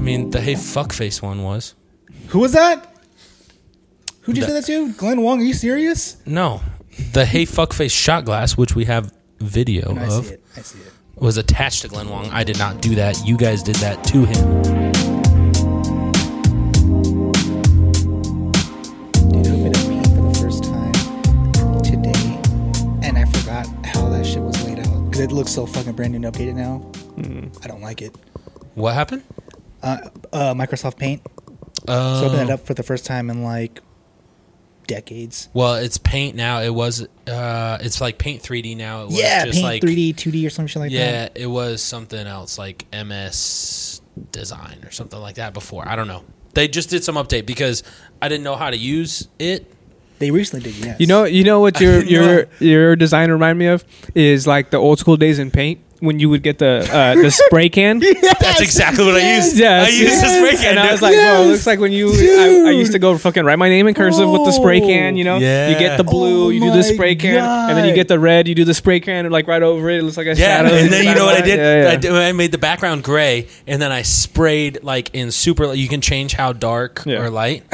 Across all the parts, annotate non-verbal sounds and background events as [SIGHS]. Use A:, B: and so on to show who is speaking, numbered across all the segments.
A: Hey, fuckface one was.
B: Who was that? Who'd you say that to? Glenn Wong? Are you serious?
A: No, the Hey Fuckface shot glass, which we have video
B: I
A: of,
B: see it. I see it.
A: was attached to Glen Wong. I did not do that. You guys did that to him.
B: Dude, I've been at meat for the first time today, and I forgot how that shit was laid out because it looks so fucking brand new and updated now.
C: Hmm.
B: I don't like it.
A: What happened?
B: Uh, Microsoft Paint.
A: Uh,
B: So I
C: Oh.
B: opened that up for the first time in like decades.
A: Well, it's Paint now. It was. Uh, it's like Paint 3D now. It was
B: Yeah,
A: just
B: Paint
A: like
B: 3D, 2D, or something like that.
A: Yeah, it was something else like MS Design or something like that before. I don't know. They just did some update because I didn't know how to use it.
B: They recently did. Yes. [LAUGHS]
C: You know, you
A: [LAUGHS]
C: know what your
A: No.
C: your your design remind me of is like the old school days in paint when you would get the uh,
A: [LAUGHS]
C: the spray can.
A: That's exactly
B: [LAUGHS]
A: what I used.
C: Yes,
A: I used
C: yes.
A: this break
C: and I was like, "Whoa!" Looks like when you, I, I used to go fucking write my name in cursive with the spray can. You know,
A: Oh. Yeah.
C: you get the blue,
B: Oh
C: you do the
B: my
C: spray can, and then you
B: God.
C: get the red, you do the spray can, and like right over it, it looks like a
A: Yeah,
C: shadow.
A: and then you know what I did?
C: Yeah, yeah.
A: I did? I made the background gray, and then I sprayed like in super. You can change how dark
C: Yeah.
A: or
C: [LAUGHS]
A: light,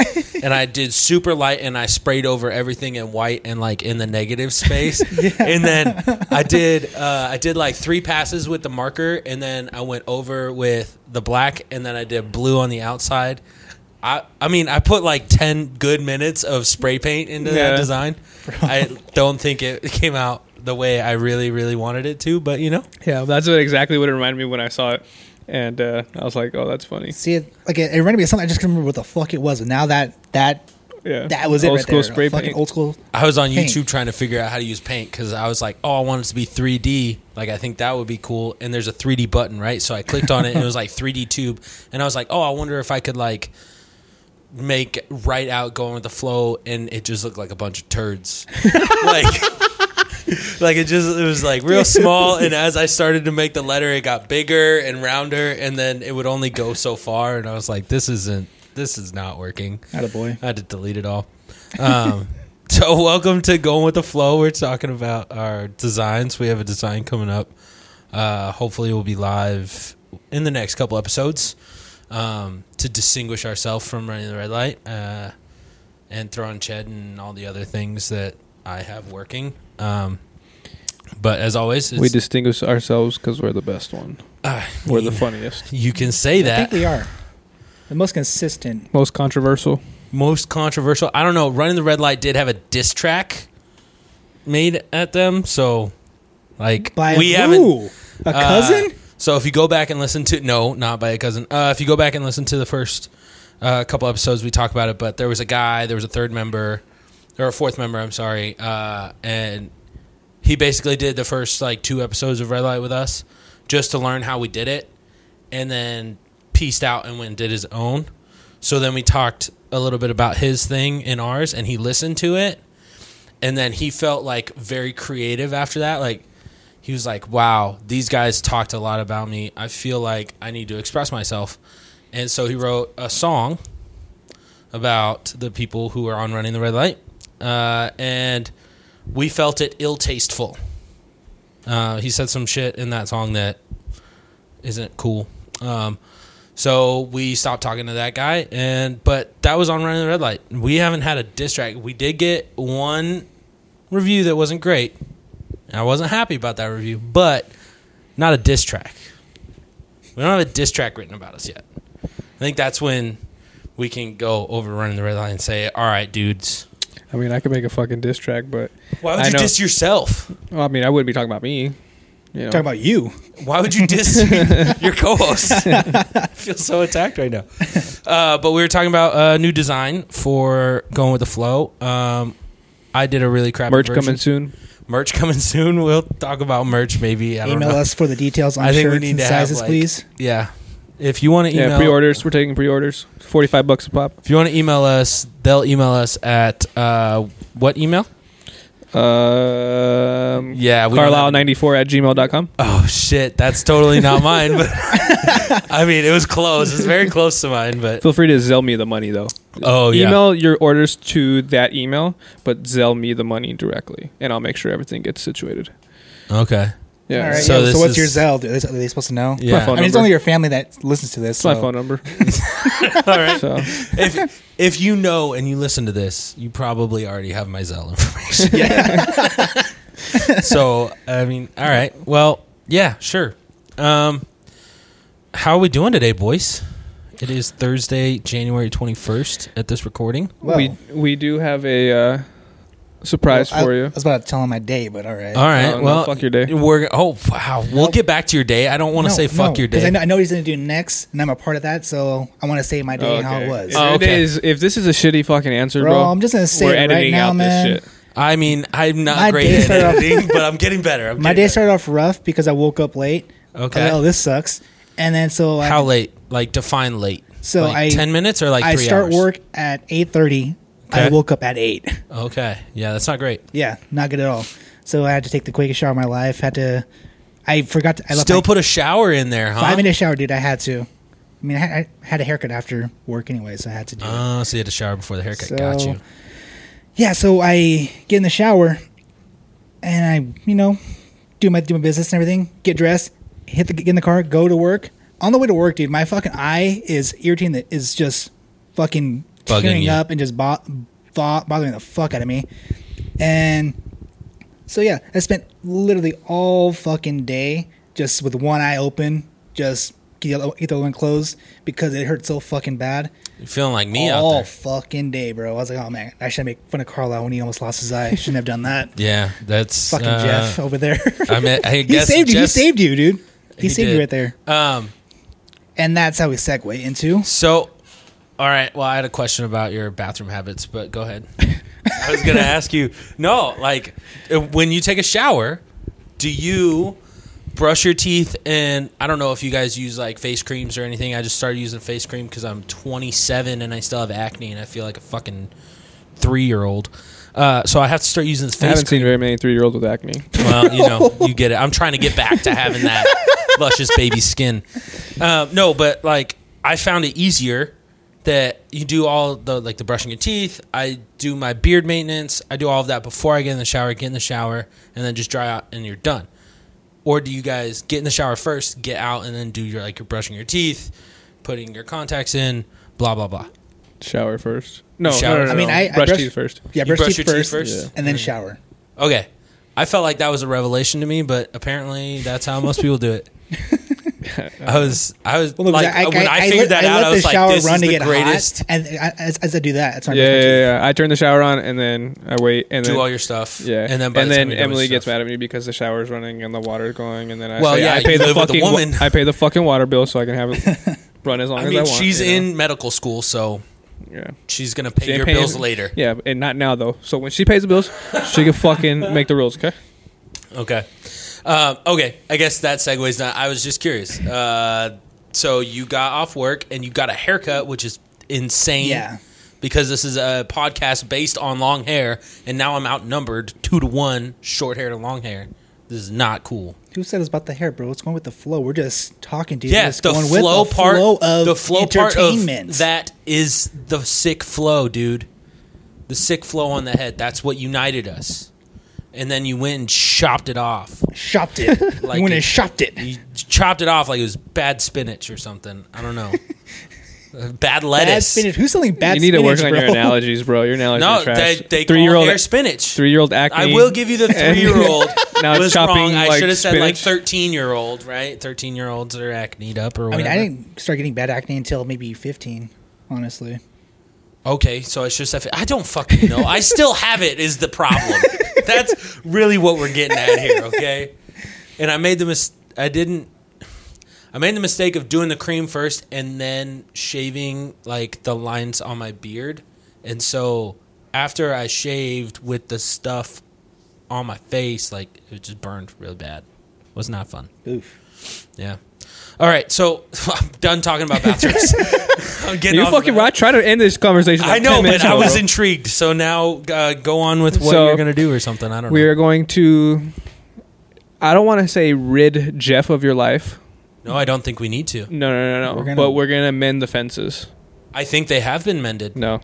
A: and I did super light, and I sprayed over everything in white and like in the negative
C: [LAUGHS]
A: space, and then I did uh, I did like three passes with the marker, and then I went over with the black, and then I did blue on the outside. I, I mean I put like ten good minutes of spray paint into
C: Yeah.
A: that design. I don't think it came out the way I really really wanted it to, but you know.
C: Yeah, that's what, exactly what it reminded me when I saw it, and uh, I was like, "Oh, that's funny."
B: see it again. It reminded me of something. I just can't remember what the fuck it was. And now that that
C: Yeah,
B: that was it.
C: Old
B: right
C: school
B: there.
C: spray
B: Fucking
C: paint.
B: Old school.
A: I was on
B: Paint.
A: YouTube trying to figure out how to use paint because I was like, oh, I want it to be 3D. Like, I think that would be cool. And there's a 3D button, right? So I clicked on it and it was like 3D tube. And I was like, oh, I wonder if I could like make right out going with the flow. And it just looked like a bunch of turds. like, like it just, it was like real small. And as I started to make the letter, it got bigger and rounder. And then it would only go so far. And I was like, this isn't, this is not working.
B: Not a boy.
A: I had to delete it all. Um, [LAUGHS] so, welcome to Going with the Flow. We're talking about our designs. We have a design coming up. Uh, hopefully, we'll be live in the next couple episodes um, to distinguish ourselves from running the red light uh, and throwing Ched and all the other things that I have working. Um, but as always, it's,
C: We distinguish ourselves because we're the best one.
A: I
C: We're the
A: mean,
C: funniest,
A: you can say
B: I
A: that.
B: think we are the most consistent.
C: most controversial.
A: most controversial. I don't know. Running the red light did have a diss track made at them, so like
B: By
A: we
B: who?
A: haven't.
B: a
A: uh,
B: cousin.
A: so if you go back and listen to no, not by a cousin. Uh, if you go back and listen to the first uh, couple episodes, we talk about it. But there was a guy. There was a third member, or a fourth member. I'm sorry, uh, and he basically did the first like two episodes of red light with us just to learn how we did it and then pieced out and went and did his own. So then we talked a little bit about his thing and ours, and he listened to it. And then he felt like very creative after that. Like he was like, "Wow, these guys talked a lot about me. I feel like I need to express myself." And so he wrote a song about the people who are on running the red light, uh, and we felt it ill tasteful. Uh, he said some shit in that song that isn't cool. Um, so we stopped talking to that guy, and but that was on running the red light. We haven't had a diss track. We did get one review that wasn't great. And I wasn't happy about that review, but not a diss track. We don't have a diss track written about us yet. I think that's when we can go over running the red light and say, "All right, dudes,
C: I mean, I could make a fucking diss track, but
A: why would
C: I
A: you
C: know-
A: diss yourself?
C: Well, I mean, I wouldn't be talking about me. You know.
B: Talk about you.
A: Why would you [LAUGHS] diss your co-host? I feel so attacked right now. Uh, but we were talking about a new design for going with the flow. Um, I did a really crappy
C: merch
A: version.
C: coming soon.
A: Merch coming [LAUGHS] soon. We'll talk about merch maybe. I don't
B: Email
A: know.
B: us for the details on
A: I think we
B: shirts
A: need
B: and
A: to have,
B: sizes,
A: like-
B: please.
A: Yeah. If you want to email
C: Yeah, pre-orders. We're taking pre-orders. Forty-five bucks a pop.
A: If you want to email us, they'll email us at uh, what email?
C: Um,
A: Yeah, don't have-
C: Carlisle94 at gmail.com.
A: Oh shit, that's totally not mine. [LAUGHS] But I mean, it was close. It's very close to mine. But
C: Feel free to Zell me the money, though.
A: oh yeah,
C: Email your orders to that email, but Zell me the money directly, and I'll make sure everything gets situated.
A: okay.
C: Yeah.
B: All right.
A: So
B: So,
A: this
B: so what's
A: is-
B: your Zelle? Are they, are they supposed to know?
A: Yeah.
C: My phone
B: I mean, it's
C: number.
B: only your family that listens to this.
C: It's my
B: so-
C: phone number. [LAUGHS]
A: All right.
C: So
A: if if you know and you listen to this, you probably already have my Zelle information. [LAUGHS] so I mean, all right. Well, yeah, sure. Um, how are we doing today, boys? It is Thursday, January twenty first. At this recording,
B: Well,
C: we we do have a uh, surprise
B: well, I-
C: for
B: I
C: you.
B: was about to tell him my day, but all right.
A: all right.
C: no,
A: well,
C: fuck your day.
A: We're oh wow. We'll get back to your day. I don't want to
B: No,
A: say fuck
B: no,
A: your
B: 'cause
A: day.
B: I know, I know what he's going to do next, and I'm a part of that, so I want to say my day and how it was.
C: If,
A: Oh,
C: it
A: okay.
C: is- if this is a shitty fucking answer,
B: Bro,
C: bro,
B: I'm just gonna say
C: we're
B: it right
C: editing
B: now,
C: out
B: man.
C: this shit.
A: I mean, I'm not
B: My
A: great
B: day
A: at
B: started off-
A: editing, [LAUGHS] but I'm getting better. I'm
B: my
A: getting
B: day
A: better.
B: started off rough because I woke up late.
A: Okay.
B: Oh, this sucks. And then so I,
A: How late? Like define late.
B: So
A: Like,
B: I-
A: ten minutes or like
B: I
A: three
B: start
A: hours?
B: work at 8.30.
A: Okay.
B: I woke up at 8.
A: Okay. Yeah, that's not great.
B: yeah, not good at all. So I had to take the quickest shower of my life. Had to... I forgot to... I left
A: Still
B: my
A: put a shower in there, huh?
B: five minute shower, dude. I had to. I mean, I had, I had a haircut after work anyway, so I had to do it.
A: Oh, so you had to shower before the haircut. Got
B: So-
A: you.
B: yeah, so I get in the shower, and I, you know, do my do my business and everything. Get dressed, hit the get in the car, go to work. On the way to work, dude, my fucking eye is irritating. That is just fucking
A: Bugging
B: tearing
A: you.
B: up and just bo- bo- bothering the fuck out of me. And so yeah, I spent literally all fucking day just with one eye open, just get the other- get the other one closed because it hurt so fucking bad
A: You're feeling like me
B: all
A: out there.
B: fucking day, bro. I was like, oh man, I should make fun of Carlisle when he almost lost his eye. Shouldn't have done
A: [LAUGHS]
B: that.
A: Yeah, that's
B: fucking
A: uh,
B: Jeff over there.
A: I
B: [LAUGHS]
A: mean, I
B: he
A: guess
B: saved you. He
A: Jeff's-
B: saved you, dude. He,
A: he
B: saved
A: did.
B: you right there.
A: Um.
B: And that's how we segue into.
A: So, all right. Well, I had a question about your bathroom habits, but go ahead. [LAUGHS] I was gonna ask you. No, like uh, when you take a shower, do you brush your teeth? And I don't know if you guys use like face creams or anything. I just started using face cream because I'm 27 and I still have acne and I feel like a fucking three year old. Uh, so I have to start using this
C: I
A: face
C: haven't
A: cream.
C: seen very many three year olds with acne.
A: Well, you know, you get it. I'm trying to get back to having that luscious baby skin. Um, no, but like I found it easier that you do all the like the brushing your teeth. I do my beard maintenance. I do all of that before I get in the shower. Get in the shower and then just dry out and you're done. Or do you guys get in the shower first, get out, and then do your like your brushing your teeth, putting your contacts in, blah blah blah.
C: Shower first. No,
A: Shower.
C: no, no, no,
A: I
B: mean,
C: no.
B: I- I
C: brush
B: brush-
C: teeth first.
B: Yeah,
A: You
B: brush,
A: brush
B: teeth
A: your teeth
B: first,
A: first?
C: Yeah.
B: and then shower.
A: Okay, I felt like that was a revelation to me, but apparently that's how most people do
C: [LAUGHS]
A: it. I was, I was
B: Well,
A: like, when I, figured that out, I was like, "This is the
B: hot,
A: greatest."
B: and I, as, as I do that, that's when I
C: Yeah,
B: brush my teeth.
C: yeah, yeah. I turn the shower on and then I wait and
A: Do
C: then
A: all your stuff,
C: yeah,
A: and then by
C: and
A: the time
C: then
A: you're done with
C: Emily
A: your
C: gets
A: stuff-
C: mad at me because the shower's running and the water's going, and then I
A: Well,
C: say,
A: yeah,
C: I pay
A: you
C: the
A: live with a
C: fucking wa-
A: woman.
C: I pay the fucking water bill so I can have
B: [LAUGHS]
C: it run as long
A: I
C: as
A: mean,
C: I want.
A: she's
C: you know?
A: in medical school, so
C: Yeah.
A: she's gonna pay
C: She ain't
A: your
C: paying-
A: bills later.
C: Yeah, and not now though. So when she pays the bills, she
A: [LAUGHS]
C: can fucking make the rules. Okay.
A: Okay, um, okay. I guess that segues. Not. I was just curious. Uh, so you got off work and you got a haircut, which is insane.
B: Yeah.
A: Because this is a podcast based on long hair, and now I'm outnumbered two to one, short hair to long hair. This is not cool.
B: Who said it's about the hair, bro? It's going with the flow. We're just talking, dude. We're
A: Yeah,
B: just
A: the
B: going
A: flow
B: with the
A: part,
B: flow of
A: the flow part of
B: entertainment.
A: that is the sick flow, dude. The sick flow on the head. That's what united us. And then you went and chopped it off.
B: shopped it.
A: [LAUGHS] Like
B: you went
A: it-
B: and shopped it.
A: You chopped it off like it was bad spinach or something. I
C: [LAUGHS]
A: don't know. bad lettuce.
B: Bad spinach. Who's selling bad
C: you need to work
B: spinach,
C: on
B: bro?
C: your analogies, bro. Your analogies
A: No,
C: are trash.
A: they, they
C: three year
A: call
C: old,
A: hair spinach.
C: three year old acne.
A: I
C: [LAUGHS]
A: will give you the three year old.
C: Now
A: was
C: chopping,
A: wrong. I
C: like,
A: should have said like
C: spinach.
A: thirteen year old, right? Thirteen year olds that are acneed up or
B: I
A: whatever.
B: mean, I didn't start getting bad acne until maybe 15, honestly.
A: Okay, so I should have. I don't fucking know. I still have it. Is the problem? That's really what we're getting at here. Okay, and I made the mis. I didn't. I made the mistake of doing the cream first and then shaving like the lines on my beard, and so after I shaved with the stuff on my face, like it just burned really bad. was not fun.
B: Oof.
A: Yeah. All right, so [LAUGHS] I'm done talking about bathrooms. [LAUGHS] I'm getting
C: You
A: off of
C: fucking.
A: that.
C: I try to end this conversation. like
A: I know,
C: 10
A: but
C: minutes
A: I
C: ago,
A: was
C: bro.
A: intrigued. So now uh, go on with what
C: So,
A: you're going to do or something. I don't
C: We
A: know.
C: are going to. I don't want to say rid Jeff of your life.
A: No, I don't think we need to.
C: No, no, no, no.
B: We're gonna-
C: but we're gonna mend the fences.
A: I think they have been mended.
C: No,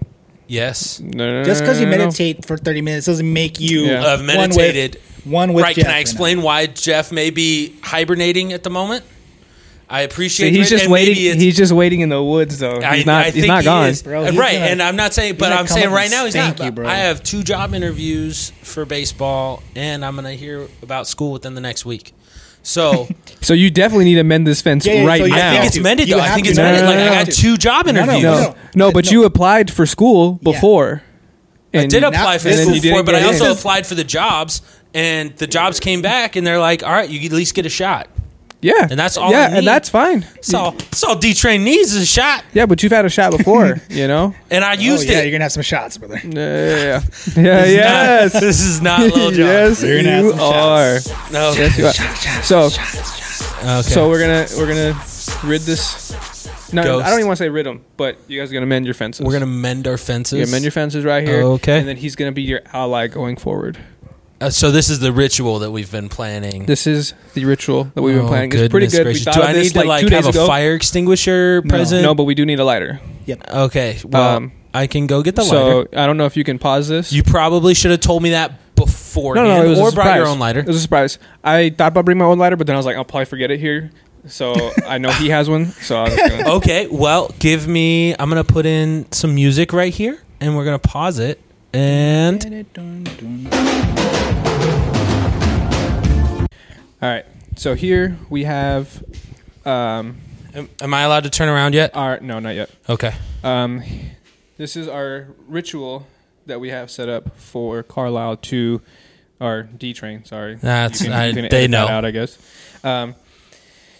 A: Yes.
C: no, no. no,
B: Just because you
C: no, no, no.
B: meditate for 30 minutes doesn't make you
C: Yeah.
A: I've
B: one with-
A: meditated
B: One with
A: right.
B: Jeff
A: Can I
B: right
A: explain why Jeff may be hibernating at the moment? I
C: So
A: appreciate.
C: he's
A: it,
C: just
A: and maybe
C: waiting.
A: it's-
C: He's just waiting in the woods, though.
A: I-
C: He's not.
A: I
C: he's
A: think
C: not
A: he
C: gone.
A: is. Uh,
B: Bro, he's
A: right,
B: gonna-
A: and I'm not saying, but
B: gonna
A: I'm
B: come
A: saying
B: up
A: right
B: and
A: now he's
B: spank
A: not.
B: you,
A: but
B: bro.
A: I have two job interviews for baseball, and I'm going to hear about school within the next week.
C: [LAUGHS]
A: So
C: So you definitely need to mend this fence
B: Yeah, yeah,
C: right
B: so you-
C: now.
A: I think it's
B: You
A: mended
B: have
A: though. I
B: to.
A: think it's
C: No,
A: mended.
C: no,
A: Like
C: no,
A: I
C: no.
A: got two job
B: No, no,
A: interviews.
B: no,
C: no, no, but
B: No.
C: you applied for school before.
A: I did apply
B: now-
A: for
B: this
A: school
B: is-
A: before, but
C: didn't
A: I
C: get
A: also
C: in.
A: applied for the jobs, and the jobs came back, and they're like, "All right, you at least get a shot."
C: yeah,
A: and that's all
C: Yeah,
A: I need.
C: and that's fine.
A: So, so D train needs is a shot,
C: yeah, but you've had a shot
A: [LAUGHS]
C: before, you know.
A: and I
B: Oh,
A: used
B: yeah, you're
A: it.
B: gonna have some shots, brother.
C: [LAUGHS] Yeah, yeah, yeah.
A: [LAUGHS]
C: yes,
A: This is not Lil
C: [LAUGHS]
A: Jon.
C: yes,
B: You're gonna have
C: you
B: some
C: are.
B: shots.
A: No.
C: Yes, you are. So,
A: Okay.
C: so we're gonna we're gonna rid this. No,
A: Ghost.
C: I don't even want to say rid them, but you guys are gonna mend your fences.
A: we're gonna mend our fences.
C: you mend your fences right here.
A: Okay.
C: and then he's gonna be your ally going forward.
A: Uh, so this is the ritual that we've been planning.
C: This is the ritual that we've
A: Oh,
C: been planning. It's pretty
A: goodness
C: good.
A: gracious.
C: We thought
A: Do
C: of
A: I
C: this
A: need to
C: like
A: like
C: two
A: have
C: days
A: a
C: ago.
A: fire extinguisher present?
C: No, but we do need a lighter.
A: Okay. Well,
C: Um,
A: I can go get the
C: so
A: lighter.
C: I don't know if you can pause this.
A: You probably should have told me that before.
C: no, no, it was
A: or
C: a
A: brought your
C: surprise.
A: own lighter.
C: It was a surprise. I thought about bringing my own lighter, but then I was like, I'll probably forget it here. [LAUGHS] So I know he has one. So I was gonna,
A: okay. Well, give me. I'm gonna put in some music right here, and we're gonna pause it. And
C: all right. So here we have. Um,
A: am, am I allowed to turn around yet?
C: our no, not yet.
A: Okay.
C: Um, this is our ritual that we have set up for Carlisle to our D train. Sorry,
A: That's-
C: You
A: I-
C: you
A: they
C: edit that
A: know.
C: out, I guess. Um,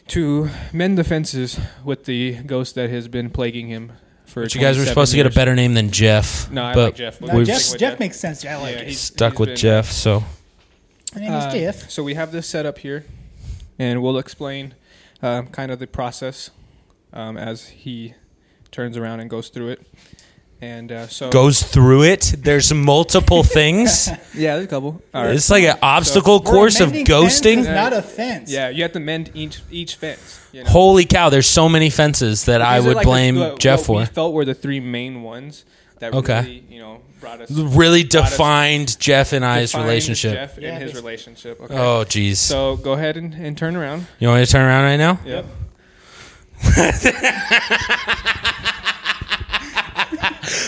C: to mend the fences with the ghost that has been plaguing him for.
A: But you guys were
C: 27
A: supposed to get
C: years.
A: a better name than Jeff.
C: No, I
A: but
C: like Jeff.
B: No,
A: We've-
B: Jeff, Jeff makes sense. I like
C: Yeah,
B: it.
C: he's-
A: Stuck with
C: been-
A: Jeff,
C: [LAUGHS]
A: so
B: My name is
C: Uh,
B: Jeff.
C: So we have this set up here, and we'll explain um, kind of the process um, as he turns around and goes through it. And uh, so
A: goes through it. There's
C: [LAUGHS]
A: multiple things.
C: Yeah, there's a couple. All right.
A: It's like an obstacle
B: We're
A: course of
B: amending fence
A: ghosting.
B: is not a fence.
C: Yeah, you have to mend each each fence. You know?
A: Holy cow! There's so many fences that I
C: These are
A: would
C: like the-
A: blame
C: what-
A: Jeff
C: what we
A: for.
C: felt were the three main ones that
A: Okay.
C: really, you know, brought us
A: Really
C: brought us-
A: defined Jeff and I's
C: defined
A: relationship.
C: Jeff and
B: Yeah,
C: his
B: basically.
C: relationship. Okay.
A: Oh, jeez.
C: So go ahead and, and turn around.
A: you want me to turn around right now?
C: Yep.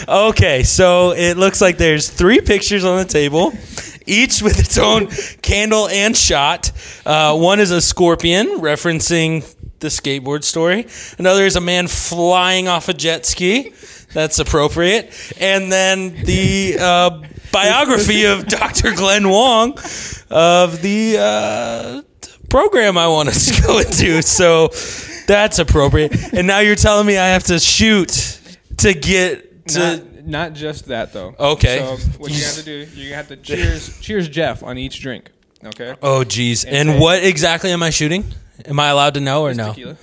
A: Okay, so it looks like there's three pictures on the table, each with its own candle and shot. Uh, one is a scorpion, referencing the skateboard story. Another is a man flying off a jet ski. That's appropriate. And then the uh, biography of [LAUGHS] Dr. Glenn Wong of the. Uh, program I want us to [LAUGHS] go into. So that's appropriate. And now you're telling me I have to shoot to get to.
C: Not, not just that though.
A: Okay.
C: So what you have to do, you have
A: [LAUGHS]
C: to cheers cheers Jeff on each drink. Okay.
A: oh, geez.
C: And
A: And
C: say-
A: what exactly am I shooting? Am I allowed to know or no?
C: Tequila.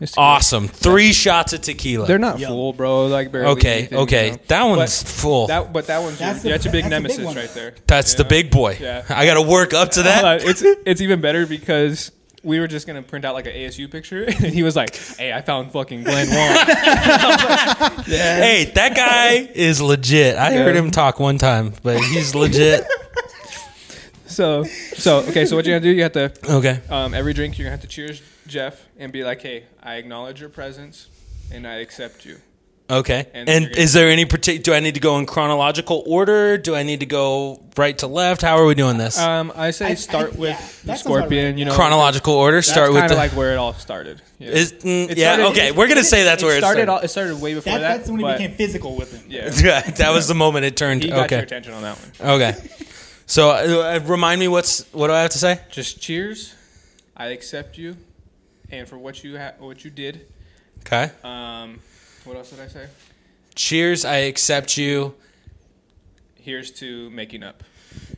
C: It's tequila.
A: Awesome. Three shots of tequila.
C: They're not
B: Yum.
C: full, bro. Like barely.
A: Okay,
C: anything,
A: okay.
C: you know.
A: That one's
C: But
A: full.
C: That, but that one's your-
B: That's
C: that's,
B: the-
C: your big
B: that's the big
C: nemesis
B: one.
C: right there.
A: That's the
C: Yeah.
A: big boy.
C: Yeah.
A: I got to work up to that.
C: Hold on, [LAUGHS] it's it's even better because we were just gonna print out like an ASU picture, [LAUGHS] and he was like, "Hey, I found fucking
B: [LAUGHS]
C: Glenn Wong."
A: [LAUGHS] hey, that guy is legit. I heard him talk one time, but
C: [LAUGHS]
A: he's legit.
C: so, so okay. So what you are gonna do? You have to
A: Okay.
C: um, every drink you're gonna have to cheers Jeff and be like, "Hey, I acknowledge your presence and I accept you."
A: Okay.
C: And
A: And,
C: you're gonna-
A: is there any particular? Do I need to go in chronological order? Do I need to go right to left? How are we doing this?
C: Um, I say
B: I-
C: start
B: I-
C: with
B: yeah, that
C: the
B: sounds
C: scorpion. You know,
A: chronological order.
C: That's
A: Start with
C: kinda
A: the.
C: like where it all started. you know.
A: is, mm,
C: It
A: yeah.
C: started-
A: okay,
C: it-
A: we're gonna say that's
C: it
A: where it
C: started.
A: started.
C: all- It started way before
B: That,
C: that.
B: that's when he
C: but-
B: became physical with him.
C: Yeah,
B: [LAUGHS]
A: yeah, [LAUGHS] that was the moment it turned.
C: he got
A: Okay.
C: your attention on that one.
A: Okay. So uh, uh, remind me what's what do I have to say?
C: just cheers. I accept you, and for what you ha- what you did.
A: Okay.
C: Um, what else did I say?
A: Cheers. I accept you.
C: Here's to making up.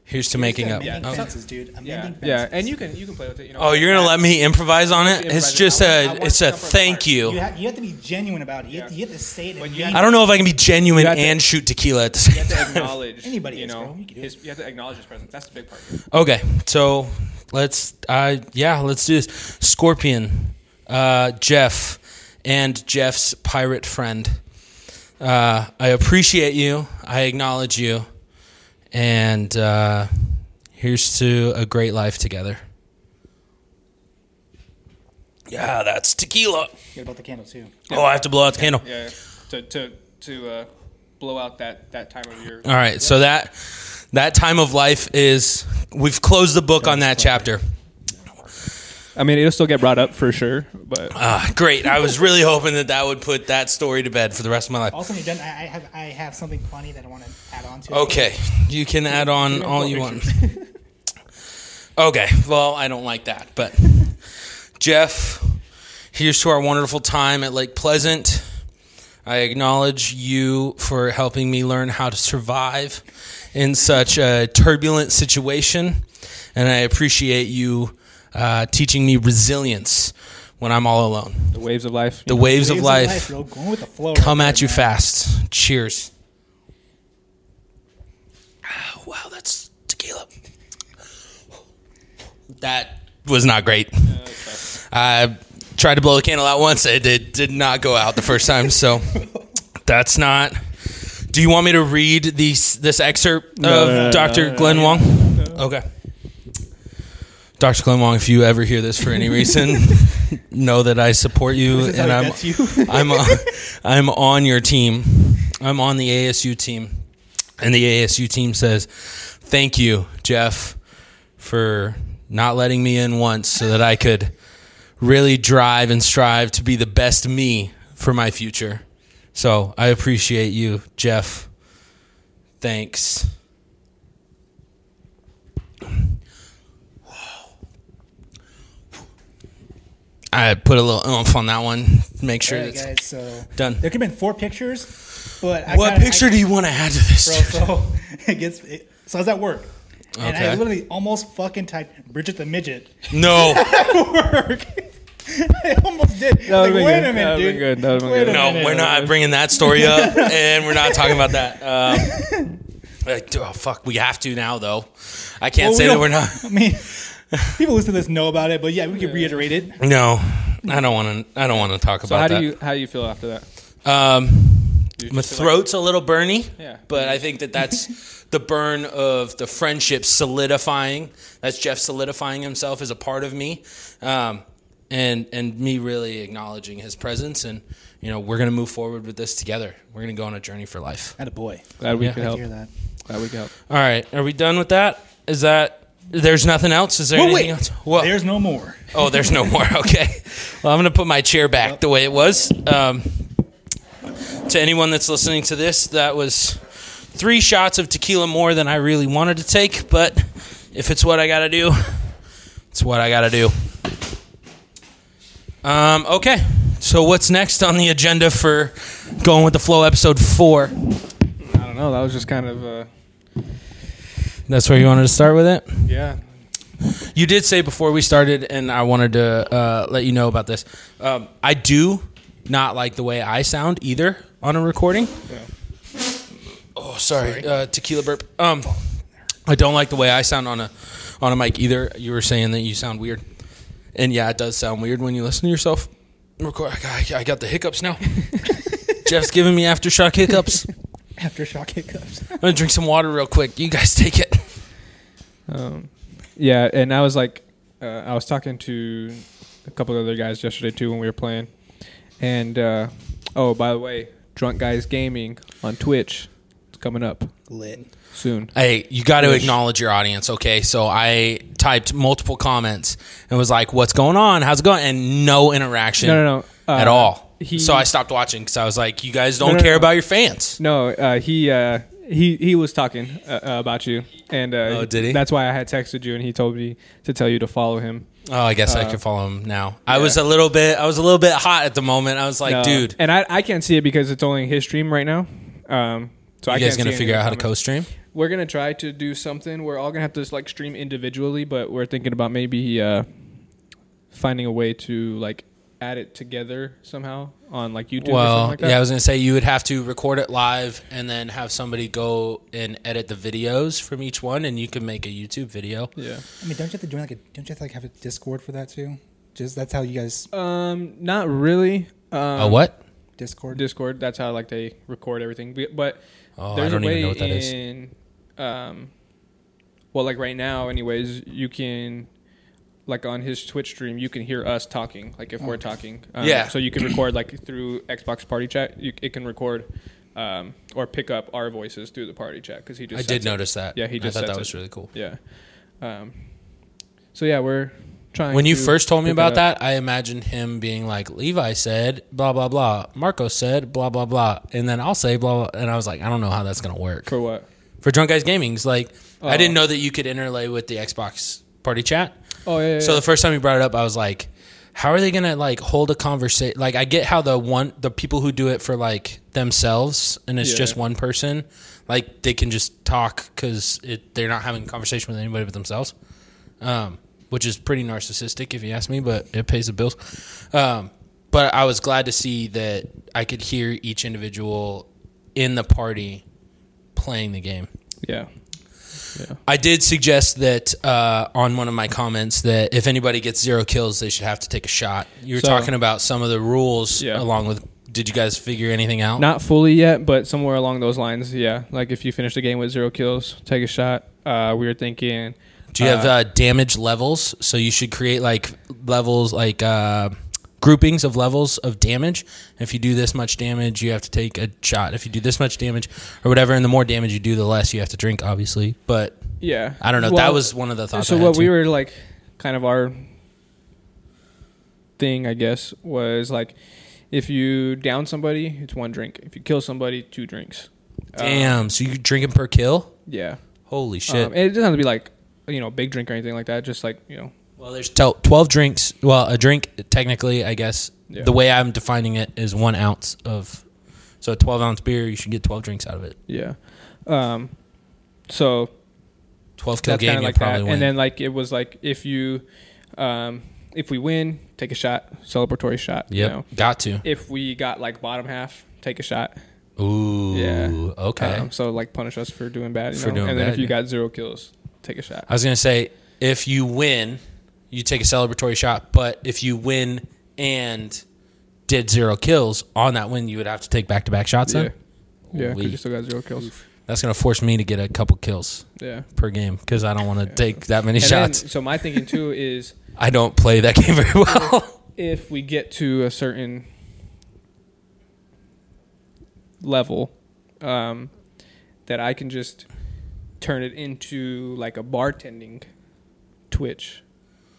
A: Here's to making up.
B: Amending
A: Okay.
B: fences, dude. Amending
C: Oh. Yeah,
B: fences.
C: yeah, and you can you can play with it. You know,
A: Oh, you're gonna let me improvise on it?
C: Improvise
A: It's
C: it.
A: just
C: I want- I
A: a
C: want
A: it's
C: to
A: a
C: come from the
A: thank
C: heart.
B: You,
A: you.
B: have, you have to be genuine about it. You, have, to, you have to say it.
C: When
B: and
C: you
B: mean
A: I don't know if I can be genuine
C: You have to-
A: and shoot tequila at the same
C: You have
A: [LAUGHS] time.
C: to acknowledge
B: Anybody
C: You
B: is,
C: know,
B: bro. You can do
C: his, you have to acknowledge his presence. That's the big part.
A: Okay, so let's uh yeah, let's do this. Scorpion, uh, Jeff, and Jeff's pirate friend. Uh, I appreciate you. I acknowledge you, and uh, Here's to a great life together. Yeah, that's tequila.
B: Forget about the candle too.
A: Oh, I have to blow out the candle.
C: Yeah, to to to uh, blow out that that time of year.
A: All right, so that that time of life is we've closed the book on that chapter.
C: I mean, it'll still get brought up for sure, but
A: Ah, great. I was really hoping that that would put that story to bed for the rest of my life.
B: Also, when you're done, I, I have I have something funny that I want to add on to. it.
A: Okay, you can add on all you want. [LAUGHS] Okay, well, I don't like that, but Jeff, here's to our wonderful time at Lake Pleasant. I acknowledge you for helping me learn how to survive in such a turbulent situation, and I appreciate you uh, teaching me resilience when I'm all alone.
C: the waves of life.
A: The waves,
B: Waves
A: of life,
B: bro. Going with the flow.
A: come
B: right
A: at
B: there,
A: you
B: man.
A: fast. Cheers. Ah, [SIGHS] Wow, that's tequila. That was not great. I tried to blow the candle out once. It did, did not go out the first time. So that's not. Do you want me to read these this excerpt of
C: no, no,
A: Dr. Glenn Wong? Okay. Dr. Glenn Wong, if you ever hear this
C: [LAUGHS]
A: for any reason, know that I support you
B: This is
A: and
B: how
A: I'm
B: he gets you.
A: [LAUGHS] I'm on, I'm on your team. I'm on the ASU team, and the ASU team says, "Thank you, Jeff, for not letting me in once, so that I could really drive and strive to be the best me for my future." So I appreciate you, Jeff. Thanks. I put a little oomph on that one. Make sure
B: All right,
A: that's
B: guys. So
A: Done.
B: There could have been four pictures, but I
A: What
B: kinda-
A: picture
B: I,
A: do you want to add to this?
B: bro? So [LAUGHS] it gets. It, so I was at work, and I
A: Okay.
B: literally almost fucking typed Bridget the midget
A: [LAUGHS]
B: [LAUGHS]
A: No,
B: at work. I almost did. I was like,
C: would've been
B: wait
C: good.
B: a
C: That
B: minute,
C: would've
B: dude.
C: been good. That would've been
B: Wait a
C: good.
A: no,
B: minute.
A: we're not bringing that story up, and we're not talking about that. Um,
B: [LAUGHS]
A: like, oh fuck, we have to now though. I can't
B: Well,
A: say
B: we
A: that
B: don't-
A: we're not.
B: I mean, [LAUGHS] people listen to this know about it, but yeah, we could reiterate it.
A: No, I don't want to. I don't want to talk
C: So
A: about
C: how
A: that.
C: do you how do you feel after that?
A: um,
C: Do you
A: my
C: just feel like-
A: throat's a little burny,
C: Yeah.
A: but I think that
C: [LAUGHS]
A: that's the burn of the friendship solidifying. That's Jeff solidifying himself as a part of me, um, and and me really acknowledging his presence. And you know, we're gonna move forward with this together. We're gonna go on a journey for life.
B: At a boy.
C: glad we
A: Yeah.
C: could
B: I
C: help.
B: hear that.
C: Glad we could help.
A: All right, are we done with that? Is that there's nothing else? Is there
B: Well,
A: anything
B: wait.
A: else? What?
B: There's no more. [LAUGHS]
A: Oh, there's no more. [LAUGHS] Okay. Well, I'm going to put my chair back the way it was. Um, to anyone that's listening to this, that was three shots of tequila more than I really wanted to take, but if it's what I got to do, it's what I got to do. Um, okay. So, what's next on the agenda for Going with the Flow episode four?
C: I don't know. That was just kind of uh,
A: That's where you wanted to start with it?
C: yeah.
A: You did say before we started, and I wanted to uh, let you know about this. Um, I do not like the way I sound either on a recording. Oh, sorry, Uh, tequila burp. Um, I don't like the way I sound on a on a mic either. You were saying that you sound weird, and yeah, it does sound weird when you listen to yourself. Record. I got- I got the hiccups now. Jeff's giving me aftershock hiccups.
B: Aftershock hiccups.
A: I'm gonna drink some water real quick. You guys take it.
C: Um, yeah, and I was like, uh, I was talking to a couple of other guys yesterday too when we were playing, and uh, oh, by the way, Drunk Guys Gaming on Twitch, it's coming up
B: Lit.
C: soon.
A: Hey, you got to
C: Wish.
A: acknowledge your audience, okay? So I typed multiple comments and was like, "What's going on? How's it going?" And no interaction.
C: No, no, no,
A: at
C: uh,
A: all.
C: he-
A: so I stopped watching because I was like, "You guys don't
C: no,
A: care
C: no.
A: about your fans."
C: No, uh, he uh, he he was talking uh, uh, about you, and uh,
A: Oh, did he?
C: That's why I had texted you, and he told me to tell you to follow him.
A: Oh, I guess I
C: uh,
A: could follow him now. I was a little bit, I was a little bit hot at the moment. I was like,
C: No,
A: "Dude,
C: Uh, and I, I can't see it because it's only his stream right now. Um, so I
A: you guys
C: can't
A: gonna
C: see
A: figure
C: any
A: out how to
C: comments.
A: co-stream?"
C: We're gonna try to do something. We're all gonna have to like stream individually, but we're thinking about maybe uh, finding a way to like add it together somehow on like YouTube. or
A: Well,
C: something like that.
A: yeah, I was gonna say you would have to record it live and then have somebody go and edit the videos from each one, and you can make a YouTube video.
C: yeah.
B: I mean, don't you have to join like a? Don't you have to like have a Discord for that too? Just that's how you guys
C: Um, not really. Um,
A: A what?
B: Discord.
C: Discord. That's how like they record everything. But- But
A: Oh, I
C: there's
A: don't
C: a way
A: even know what that is.
C: in um, well, like right now, anyways, you can like on his Twitch stream, you can hear us talking, like if we're talking. Um,
A: Oh. Yeah.
C: So you can record like through Xbox Party Chat. You, it can record um, or pick up our voices through the Party Chat because he just
A: I did
C: sets it.
A: notice that.
C: Yeah, he just
A: I thought
C: sets
A: that
C: it.
A: was really cool.
C: Yeah. Um, so yeah, we're trying.
A: When you
C: to
A: first told me
C: pick
A: about
C: up.
A: that, I imagined him being like, Levi said, blah, blah, blah. Marco said, blah, blah, blah. And then I'll say, blah, blah. And I was like, I don't know how that's going to work. For,
C: for what?
A: Drunk Guys Gaming, it's like, I
C: Oh.
A: didn't know that you could interlay with the Xbox party chat.
C: Oh yeah. yeah,
A: So
C: yeah.
A: the first time you brought it up, I was like, how are they gonna like hold a conversation? Like, I get how the one the people who do it for like themselves and it's
C: Yeah.
A: just one person, like they can just talk because they're not having a conversation with anybody but themselves, um, which is pretty narcissistic if you ask me, but it pays the bills. Um, but I was glad to see that I could hear each individual in the party playing the game.
C: yeah.
A: I did suggest that uh, on one of my comments that if anybody gets zero kills, they should have to take a shot. You were
C: So-
A: talking about some of the rules
C: Yeah.
A: along with. Did you guys figure anything out?
C: Not fully yet, but somewhere along those lines. Yeah. Like if you finish the game with zero kills, take a shot. Uh, we were thinking.
A: Do you have uh, damage levels? So you should create like levels, like uh, groupings of levels of damage. If you do this much damage, you have to take a shot. If you do this much damage or whatever, and the more damage you do, the less you have to drink, obviously. But
C: Yeah.
A: I don't know. that
C: Well,
A: was one of the thoughts.
C: So
A: I had
C: what we
A: too.
C: were like, kind of our thing, I guess, was like, if you down somebody, it's one drink. If you kill somebody, two drinks. Uh,
A: Damn. so you drinking per kill?
C: yeah.
A: Holy shit.
C: Um, and it doesn't have to be like, you know, big drink or anything like that. Just like you know,
A: Well, there's tel- 12 drinks. Well, a drink, technically, I guess.
C: Yeah.
A: The way I'm defining it is one ounce of. So, a 12 ounce beer, you should get 12 drinks out of it.
C: yeah. Um, so
A: 12 kill
C: that's kind
A: game,
C: of
A: you
C: like
A: probably
C: that.
A: win.
C: And then like it was like if you, um, if we win, take a shot, celebratory shot. You
A: yep.
C: know?
A: Got to.
C: If we got like bottom half, take a shot.
A: Ooh.
C: Yeah.
A: Okay.
C: Um, so like punish us for doing bad. You
A: For
C: know?
A: doing
C: and then
A: bad,
C: if you
A: yeah.
C: got zero kills, take a shot.
A: I was going to say if you win, you take a celebratory shot, but if you win and did zero kills on that win, you would have to take back to back shots
C: yeah.
A: then?
C: Yeah, because
A: Wee.
C: you still got zero kills.
A: That's going to force me to get a couple kills
C: Yeah.
A: per game because I don't want to take that many
C: And then,
A: shots.
C: so my thinking too is
A: I don't play that [LAUGHS] game very well.
C: if we get to a certain level, um, that I can just turn it into like a bartending Twitch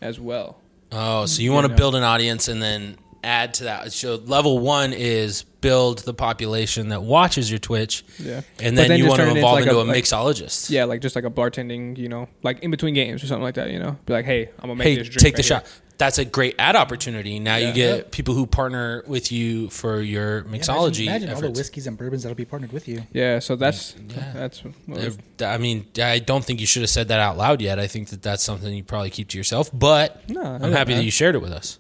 C: as well.
A: Oh, so you
C: You
A: want to
C: know.
A: build an audience and then add to that. So level one is build the population that watches your Twitch,
C: Yeah.
A: and
C: But
A: then,
C: then
A: you
C: just
A: want to
C: turn it into
A: evolve
C: like
A: into a,
C: a- like-
A: mixologist.
C: Yeah, like just like a bartending, you know, like in between games or something like that, you know. Be like, hey, I'm gonna make
A: Hey,
C: this drink.
A: take the
C: right here.
A: shot. That's a great ad opportunity. Now you
C: Yeah.
A: get people who partner with you for your mixology
B: Imagine, imagine all the
A: efforts.
B: whiskeys and bourbons that'll be partnered with you.
C: Yeah, so that's that's what
A: Uh,
C: we've-
A: I mean, I don't think you should have said that out loud yet. I think that that's something you probably keep to yourself. But
C: No, I
A: I'm
C: don't
A: happy that
C: know.
A: you shared it with us.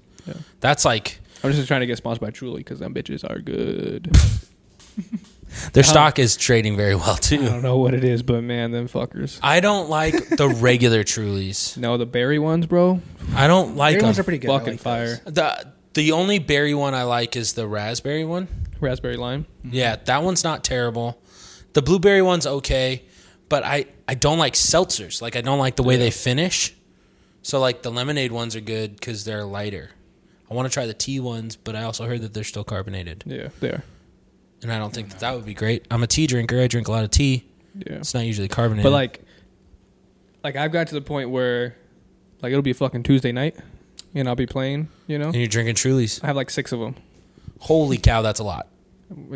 A: That's like
C: I'm just trying to get sponsored by Truly because them bitches are good.
A: their stock is trading very well
C: I
A: too.
C: don't know what it is, but man, them fuckers.
A: I don't like
C: [LAUGHS]
A: the regular Trulies.
C: No, the berry ones, bro.
A: I don't like
B: Berry
A: them.
B: ones are pretty good. I
C: Fucking
B: like those.
C: fire.
A: The the only berry one I like is the raspberry one.
C: Raspberry lime.
A: Yeah, that one's not terrible. The blueberry one's okay, but I I don't like seltzers. Like I don't like the way they finish. So like the lemonade ones are good because they're lighter. I want to try the tea ones, but I also heard that they're still carbonated,
C: Yeah, they are.
A: and I don't think that that would be great. I'm a tea drinker. I drink a lot of tea.
C: Yeah,
A: It's not usually carbonated.
C: but like, like I've got to the point where, like, it'll be fucking Tuesday night, and I'll be playing. You know,
A: and you're drinking Trulies.
C: I have like six of them.
A: Holy cow, that's a lot.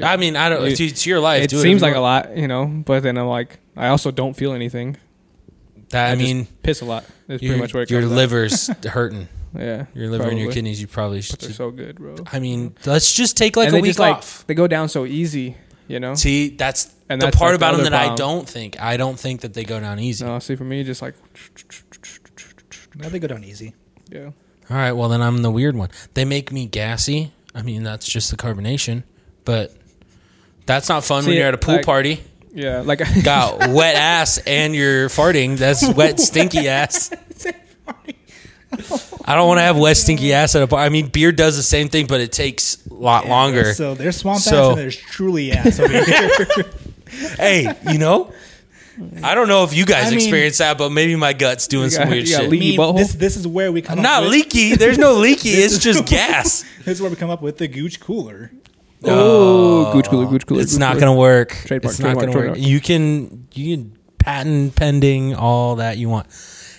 A: I mean, I don't.
C: It-
A: to, to your life,
C: It
A: do
C: seems
A: if you
C: like a
A: want.
C: lot, you know, but then I'm like, I also don't feel anything.
A: That, I,
C: just
A: mean,
C: piss a lot. That's
A: your,
C: pretty much where it
A: your
C: comes out. [LAUGHS]
A: liver's hurting.
C: Yeah,
A: Your liver and your
C: probably.
A: kidneys, you probably
C: But they're
A: should.
C: so good, bro.
A: I mean, let's just take like
C: and
A: a
C: they
A: week
C: just like
A: off.
C: they go down so easy, you know.
A: See, that's
C: And
A: the
C: that's,
A: part
C: like, the
A: about them
C: other
A: that I
C: problem.
A: don't think. I don't think that they go down easy.
C: No, see, for me, just like
B: No, they go down easy.
C: yeah,
A: All right, well then I'm the weird one. They make me gassy. I mean, that's just the carbonation, but that's not fun when
C: See,
A: you're at a pool
C: like-
A: party.
C: yeah, like
A: Got wet ass and you're farting. That's wet stinky ass. I don't want to have wet stinky ass at a party. I mean, beer does the same thing, but it takes a lot longer.
B: So there's swamp
A: So- [LAUGHS]
B: ass and there's truly ass over here.
A: hey, you know, I don't know if you guys
B: I mean-
A: experienced that, but maybe my gut's doing
C: You
A: some
C: got-
A: weird
C: you got
A: shit.
C: leak-
B: mean,
C: butthole?
B: this this is where we come.
A: I'm
B: up
A: not
B: with-
A: leaky. There's no leaky. it's just gas.
B: This is where we come up with the Gooch cooler.
C: [LAUGHS] Oh, gooch cooler, gooch cooler.
A: It's
C: gooch
A: not
C: cooler.
A: going to work.
C: Trademark,
A: it's not going to
C: trademark,
A: work. You can you can patent pending all that you want.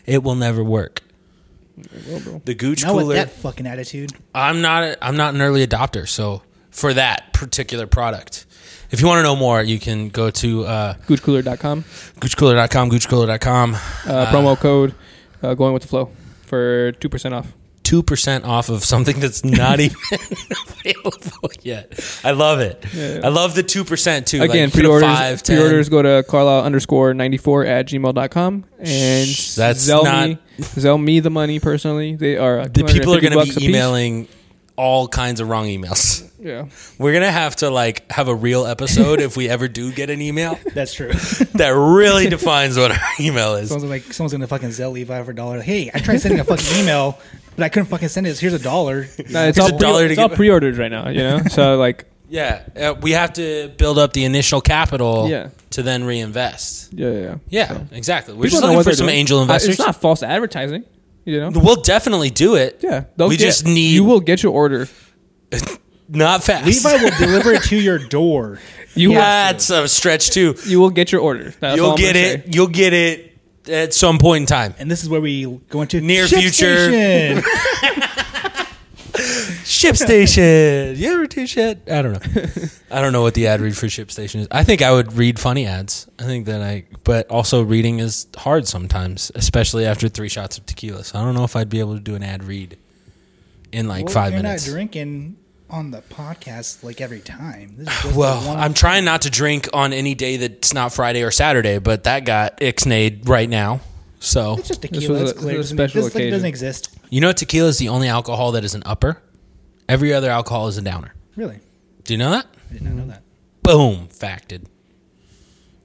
A: It will never work.
C: Well, bro.
A: The gooch
B: Not
A: cooler.
B: with that fucking attitude.
A: I'm not a, I'm not an early adopter, so for that particular product. If you want to know more, you can go to uh,
C: Goochcooler.com.
A: goochcooler.com, goochcooler.com.
C: Uh, promo code uh, going with the flow for 2% off.
A: 2% off of something that's not [LAUGHS] even available yet. I love it.
C: Yeah.
A: I love the 2% too.
C: Again,
A: like, put a
C: pre-orders,
A: five, 10.
C: pre-orders go to carlisle underscore 94 at gmail.com and
A: Shh, that's
C: sell
A: not-
C: me sell me the money personally they are uh,
A: The people are going
C: going
A: to be emailing all kinds of wrong emails. [LAUGHS]
C: yeah
A: We're going to have to like have a real episode if we ever do get an email
B: That's true. [LAUGHS]
A: that
C: [LAUGHS]
A: really defines what our email is.
B: someone's like someone's gonna fucking sell Levi for a dollar. Hey, I tried sending a fucking email, but I couldn't fucking send it. Here's
A: [LAUGHS]
B: a dollar.
C: no, it's
A: Here's
C: all,
A: a
C: pre-
A: dollar to
C: it's all
A: get-
C: pre-ordered right now
A: [LAUGHS]
C: you know so like
A: Yeah, uh, we have to build up the initial capital
C: Yeah.
A: to then reinvest.
C: yeah yeah, yeah.
A: Yeah,
C: So-
A: exactly. We're
C: People
A: just
C: know
A: looking
C: what
A: for
C: they're
A: some
C: doing.
A: angel
C: Uh,
A: investors.
C: it's not false advertising you know
A: we'll definitely do it.
C: yeah they'll
A: we
C: get-
A: just need
C: you will get your order
A: not fast.
B: Levi will deliver it to your door.
C: you
A: That's a stretch too.
C: will, you will get your order That's all
A: You'll
C: I'm
A: get
C: gonna
A: it.
C: say.
A: You'll get it at some point in time.
B: And this is where we go into
A: Near
B: Ship
A: future. [LAUGHS]
B: Station.
A: Ship station. You ever do shit? I don't know. [LAUGHS] I don't know what the ad read for ship station is. I think I would read funny ads. I think that I, but also reading is hard sometimes, especially after three shots of tequila. So I don't know if I'd be able to do an ad read in like
B: Well,
A: five
B: you're
A: minutes.
B: not drinking on the podcast like every time. This is just the
A: Well,
B: one-
A: I'm trying not to drink on any day that's not Friday or Saturday, but that got ixnayed right now. So
B: It's just
C: was
B: tequila.
C: a-
B: It's
C: this
B: clear.
C: was a
B: Doesn't-
C: special
B: this like, doesn't
C: occasion.
B: exist.
A: you know, tequila is the only alcohol that is an upper. Every other alcohol is a downer.
B: Really,
A: Do you know that?
B: I did not
C: Hmm.
B: know that.
A: Boom, facted.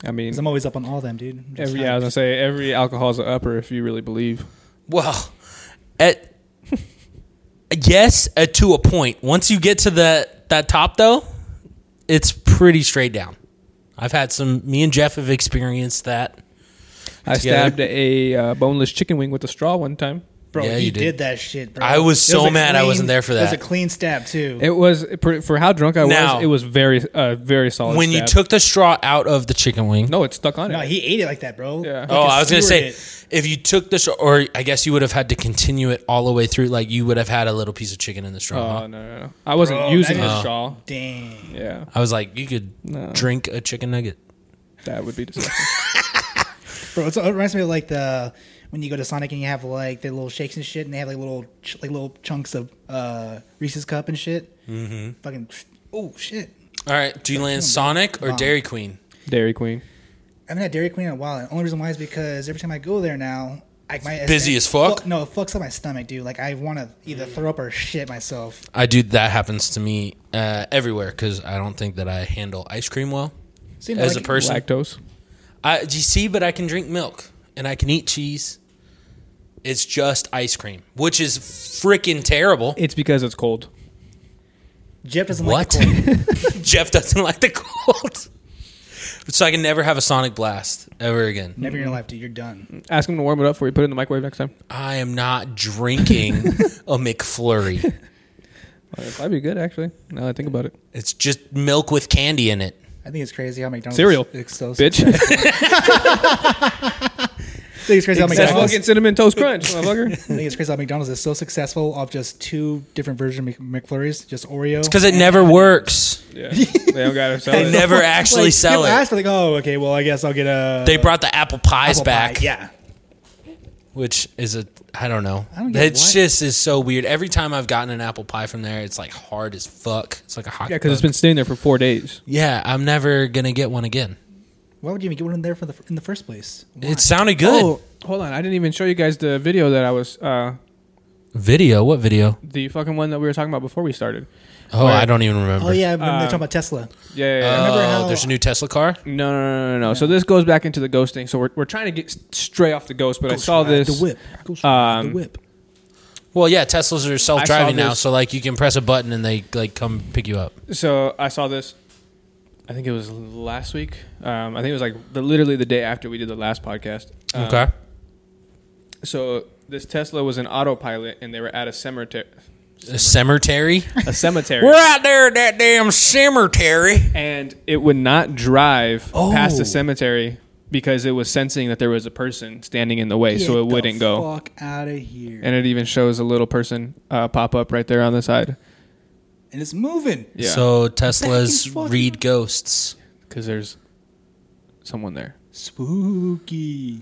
C: i mean
B: Because I'm always up on all them, dude. I'm just
C: every, yeah i
B: hyped.
C: was gonna say every alcohol's an upper if you really believe
A: Well, at yes, at to a point. Once you get to that that top though, it's pretty straight down. I've had some. Me and Jeff have experienced that.
C: I
A: together.
C: stabbed a uh, boneless chicken wing with a straw one time.
B: bro,
A: Yeah,
B: he
A: you
B: did.
A: did.
B: that shit, bro.
A: I was
B: It
A: so
B: a
A: mad I wasn't there for
B: It was a
A: that.
B: clean stab too.
C: It was for, for how drunk I
A: Now-
C: was. It was very, uh, very solid.
A: when you
C: stab.
A: took the straw out of the chicken wing,
C: no, it stuck on
B: no,
C: it.
B: he ate it like that, bro.
C: Yeah.
A: Oh, I was gonna say,
B: Steward it.
A: if you took this, or I guess you would have had to continue it all the way through. Like you would have had a little piece of chicken in the straw.
C: Oh no, no, no! I wasn't
B: Bro,
C: using
B: that
C: the
B: is-
C: straw.
B: dang.
C: Yeah,
A: I was like, you could
C: No.
A: drink a chicken nugget.
C: that would be
A: [LAUGHS]
C: disgusting.
B: Bro, it's, it reminds me of like the when you go to Sonic and you have like the little shakes and shit, and they have like little ch- like little chunks of uh, Reese's cup and shit. Mm-hmm. Fucking oh shit!
A: All right, do you land Sonic or
B: Wow.
A: Dairy Queen?
C: Dairy Queen.
B: I haven't had Dairy Queen in a while. And the only reason why is because every time I go there now, I my
A: busy as fuck?
B: Fu- no, it fucks up my stomach, dude. Like I want to either throw up or shit myself.
A: I do. That happens to me uh, everywhere because I don't think that I handle ice cream well.
B: Seems
A: As
B: like-
A: a person,
C: Lactose.
A: I do you see, but I can drink milk and I can eat cheese. It's just ice cream, which is freaking terrible.
C: It's because
A: [LAUGHS]
C: it's cold.
B: Jeff doesn't like
A: What? [LAUGHS]
B: the cold.
A: Jeff doesn't like the cold. So I can never have a Sonic Blast ever again.
B: Never in your life, dude. You're done.
C: Ask him to warm it up before you put it in the microwave next time.
A: I am not drinking
B: [LAUGHS]
A: a McFlurry.
C: Uh, That'd be good, actually. Now that I think about it.
A: It's just milk with candy in it.
B: I think it's crazy how McDonald's
C: Cereal,
B: It's so
C: bitch.
B: I think it's crazy how
C: [LAUGHS] That's
B: McDonald's.
C: fucking cinnamon toast crunch,
A: [LAUGHS]
C: motherfucker.
B: I think it's crazy how McDonald's is so successful of just two different versions of Mc- McFlurries, just Oreo.
A: Because it never
B: [LAUGHS]
A: works.
C: Yeah, they don't got to sell
A: They
C: it.
A: never actually
B: like,
A: sell
B: people
A: it.
B: Ask for like, oh, okay, well, I guess I'll get a.
A: They brought the apple pies
B: apple pie.
A: back,
B: Yeah,
A: which is a I don't know.
B: I don't get
A: That
B: why-
A: just is so weird. Every time I've gotten an apple pie from there, it's like hard as fuck. It's like a hockey.
C: Yeah, because it's
A: puck.
C: been sitting there for four days.
A: Yeah, I'm never gonna get one again.
B: why would you even get one in there for the in the first place? Why?
A: It sounded good.
C: Oh, hold on! I didn't even show you guys the video that I was uh,
A: Video? What video?
C: the fucking one that we were talking about before we started.
A: Oh,
C: Where-
A: I don't even remember.
B: oh yeah, I remember
C: Uh,
B: they're talking about Tesla.
C: Yeah, yeah, yeah.
A: Oh,
B: remember how-
A: there's a new Tesla car.
C: No, no, no, no, no. So this goes back into the ghost thing. So we're, we're trying to get s- stray off the ghost, but I
B: Ghost
C: saw
B: ride
C: this.
B: the whip. Ghost ride
C: um,
B: the whip.
A: Well, yeah, Teslas are self driving now,
C: this-
A: so like you can press a button and they like come pick you up.
C: So I saw this. I think it was last week. Um, I think it was like the, literally the day after we did the last podcast.
B: Uh,
C: Um,
A: Okay.
C: So this Tesla was an autopilot, and they were at a cemetery.
A: A
B: [LAUGHS]
A: cemetery.
C: A cemetery.
A: We're out there at that damn cemetery.
C: and it would not drive
A: Oh.
C: past the cemetery because it was sensing that there was a person standing in the way, so it wouldn't go.
B: Fuck out of here. And,
C: And it even shows a little person uh, pop up right there on the side.
B: it's moving.
C: Yeah,
A: So Tesla's
B: Fucking fucking-
A: read ghosts.
C: because there's someone there.
B: Spooky.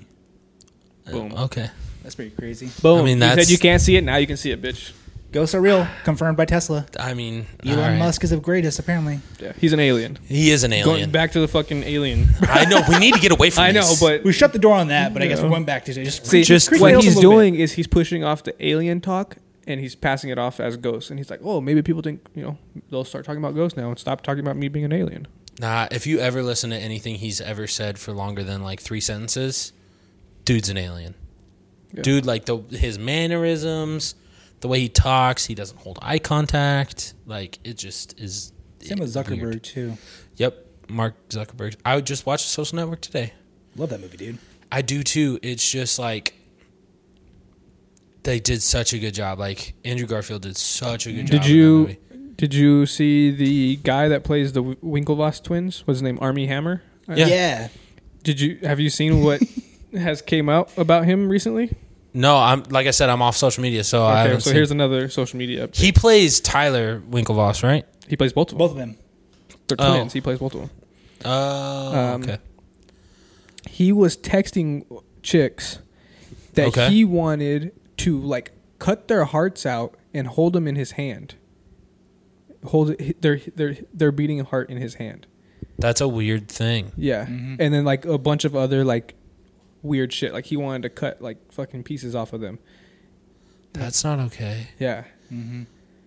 C: Boom.
A: Okay.
B: That's pretty crazy.
C: Boom.
A: Uh, I mean,
C: you
A: that's-
C: said you can't see it. Now you can see it, bitch.
B: Ghosts are real, confirmed by Tesla.
A: I mean,
B: Elon
A: all right.
B: Musk is the greatest, apparently.
C: Yeah, he's an alien.
A: He is an
C: Going
A: alien.
C: back to the fucking
A: [LAUGHS]
C: alien.
A: I know. We need to get away from.
C: I know,
A: this.
C: but
B: We shut the door on that, but I guess we
C: Yeah.
B: went back to it. Just,
C: See,
A: Just
B: creep
A: what
B: it
C: what
B: up a
C: he's
B: little bit.
C: doing is he's pushing off the alien talk and he's passing it off as ghosts. And he's like, oh, maybe people think, you know, they'll start talking about ghosts now and stop talking about me being an alien.
A: nah. If you ever listen to anything he's ever said for longer than like three sentences, dude's an alien.
C: Yeah.
A: Dude, like the his mannerisms, the way he talks, he doesn't hold eye contact. Like it just is.
B: Same with Zuckerberg,
A: weird.
B: too.
A: Yep, Mark Zuckerberg. I would just watch Social Network today.
B: Love that movie, dude.
A: I do too. It's just like they did such a good job. Like Andrew Garfield did such a good job.
C: Did
A: in that
C: you
A: movie.
C: did you see the guy that plays the Wi- Winklevoss twins? Was his name Army Hammer? Uh,
A: Yeah.
C: Did you have you seen [LAUGHS] what has came out about him recently?
A: No, I'm like I said, I'm off social media, so Oh, I
C: Okay,
A: haven't.
C: so
A: seen-
C: here's another social media. Up.
A: he plays Tyler Winklevoss, right?
C: He plays both of them.
B: Both of them.
C: They're
A: Oh.
C: twins. He plays both of them.
A: Oh,
C: Um,
A: okay.
C: he was texting chicks that
A: Okay.
C: he wanted to like cut their hearts out and hold them in his hand. Hold it, their their their beating heart in his hand.
A: That's a weird thing.
C: Yeah,
A: Mm-hmm.
C: and then like a bunch of other like weird shit. Like he wanted to cut like fucking pieces off of them.
A: That's not okay.
C: Yeah,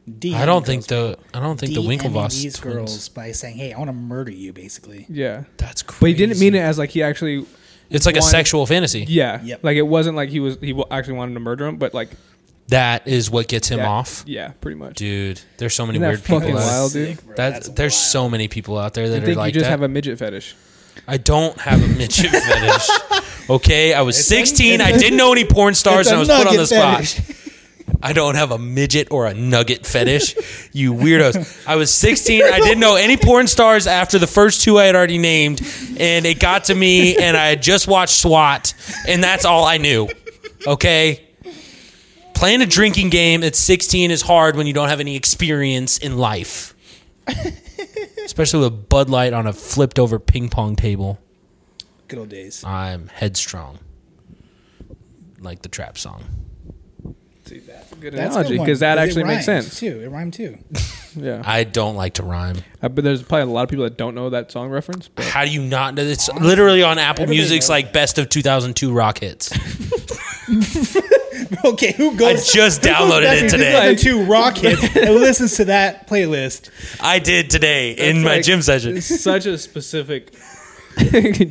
B: D-
A: I don't think the I don't think the Winklevoss
B: these
A: twins.
B: girls by saying, "Hey, I want to murder you," basically.
C: yeah.
A: That's crazy.
C: But he didn't mean it as like he actually.
A: It's like a
C: wanted-
A: sexual fantasy.
C: Yeah,
B: Yep.
C: like it wasn't like he was he wa- actually wanted to murder him, but like
A: That is what gets him
C: yeah,
A: off,
C: Yeah, pretty much.
A: dude. There's so many
C: Isn't that
A: weird people.
C: fucking
A: out-
C: wild? dude.
B: bro.
A: That's, there's
B: wild.
A: so many people out there
C: I
A: that
C: think
A: are like
C: you just
A: that.
C: have a midget fetish.
A: I don't have a
C: [LAUGHS]
A: midget fetish. Okay, I was
B: It's a-
A: 16. I
B: it's a-
A: didn't know any porn stars,
B: It's
A: and
B: a
A: I was put on
B: nugget
A: the spot.
B: fetish.
A: [LAUGHS] I don't have a midget or a nugget fetish, you weirdos. I was 16. I didn't know any porn stars after the first two I had already named, and it got to me, and I had just watched SWAT, and that's all I knew. Okay? Playing a drinking game at 16 is hard when you don't have any experience in life, especially with Bud Light on a flipped over ping pong table.
B: Good old days.
A: I'm headstrong, like the trap song.
C: See that? Good
B: That's a
C: analogy
B: good one,
C: because that
B: 'cause it
C: actually makes
B: rhymed,
C: sense.
B: too. It rhymed too. [LAUGHS]
C: Yeah,
A: I don't like to rhyme.
C: Uh, but there's probably a lot of people that don't know that song reference. But
A: How do you not know? It's literally on Apple
B: Everybody
A: Music's
B: knows
A: like best of 2002 rock
C: [LAUGHS]
A: hits.
B: okay, who
A: I
B: goes?
A: just downloaded it
B: [LAUGHS]
A: today.
B: Like, two rock
A: [LAUGHS]
B: hits and listens to that playlist.
A: I did today in my
C: like-
A: gym session. [LAUGHS]
C: it's such a specific [LAUGHS]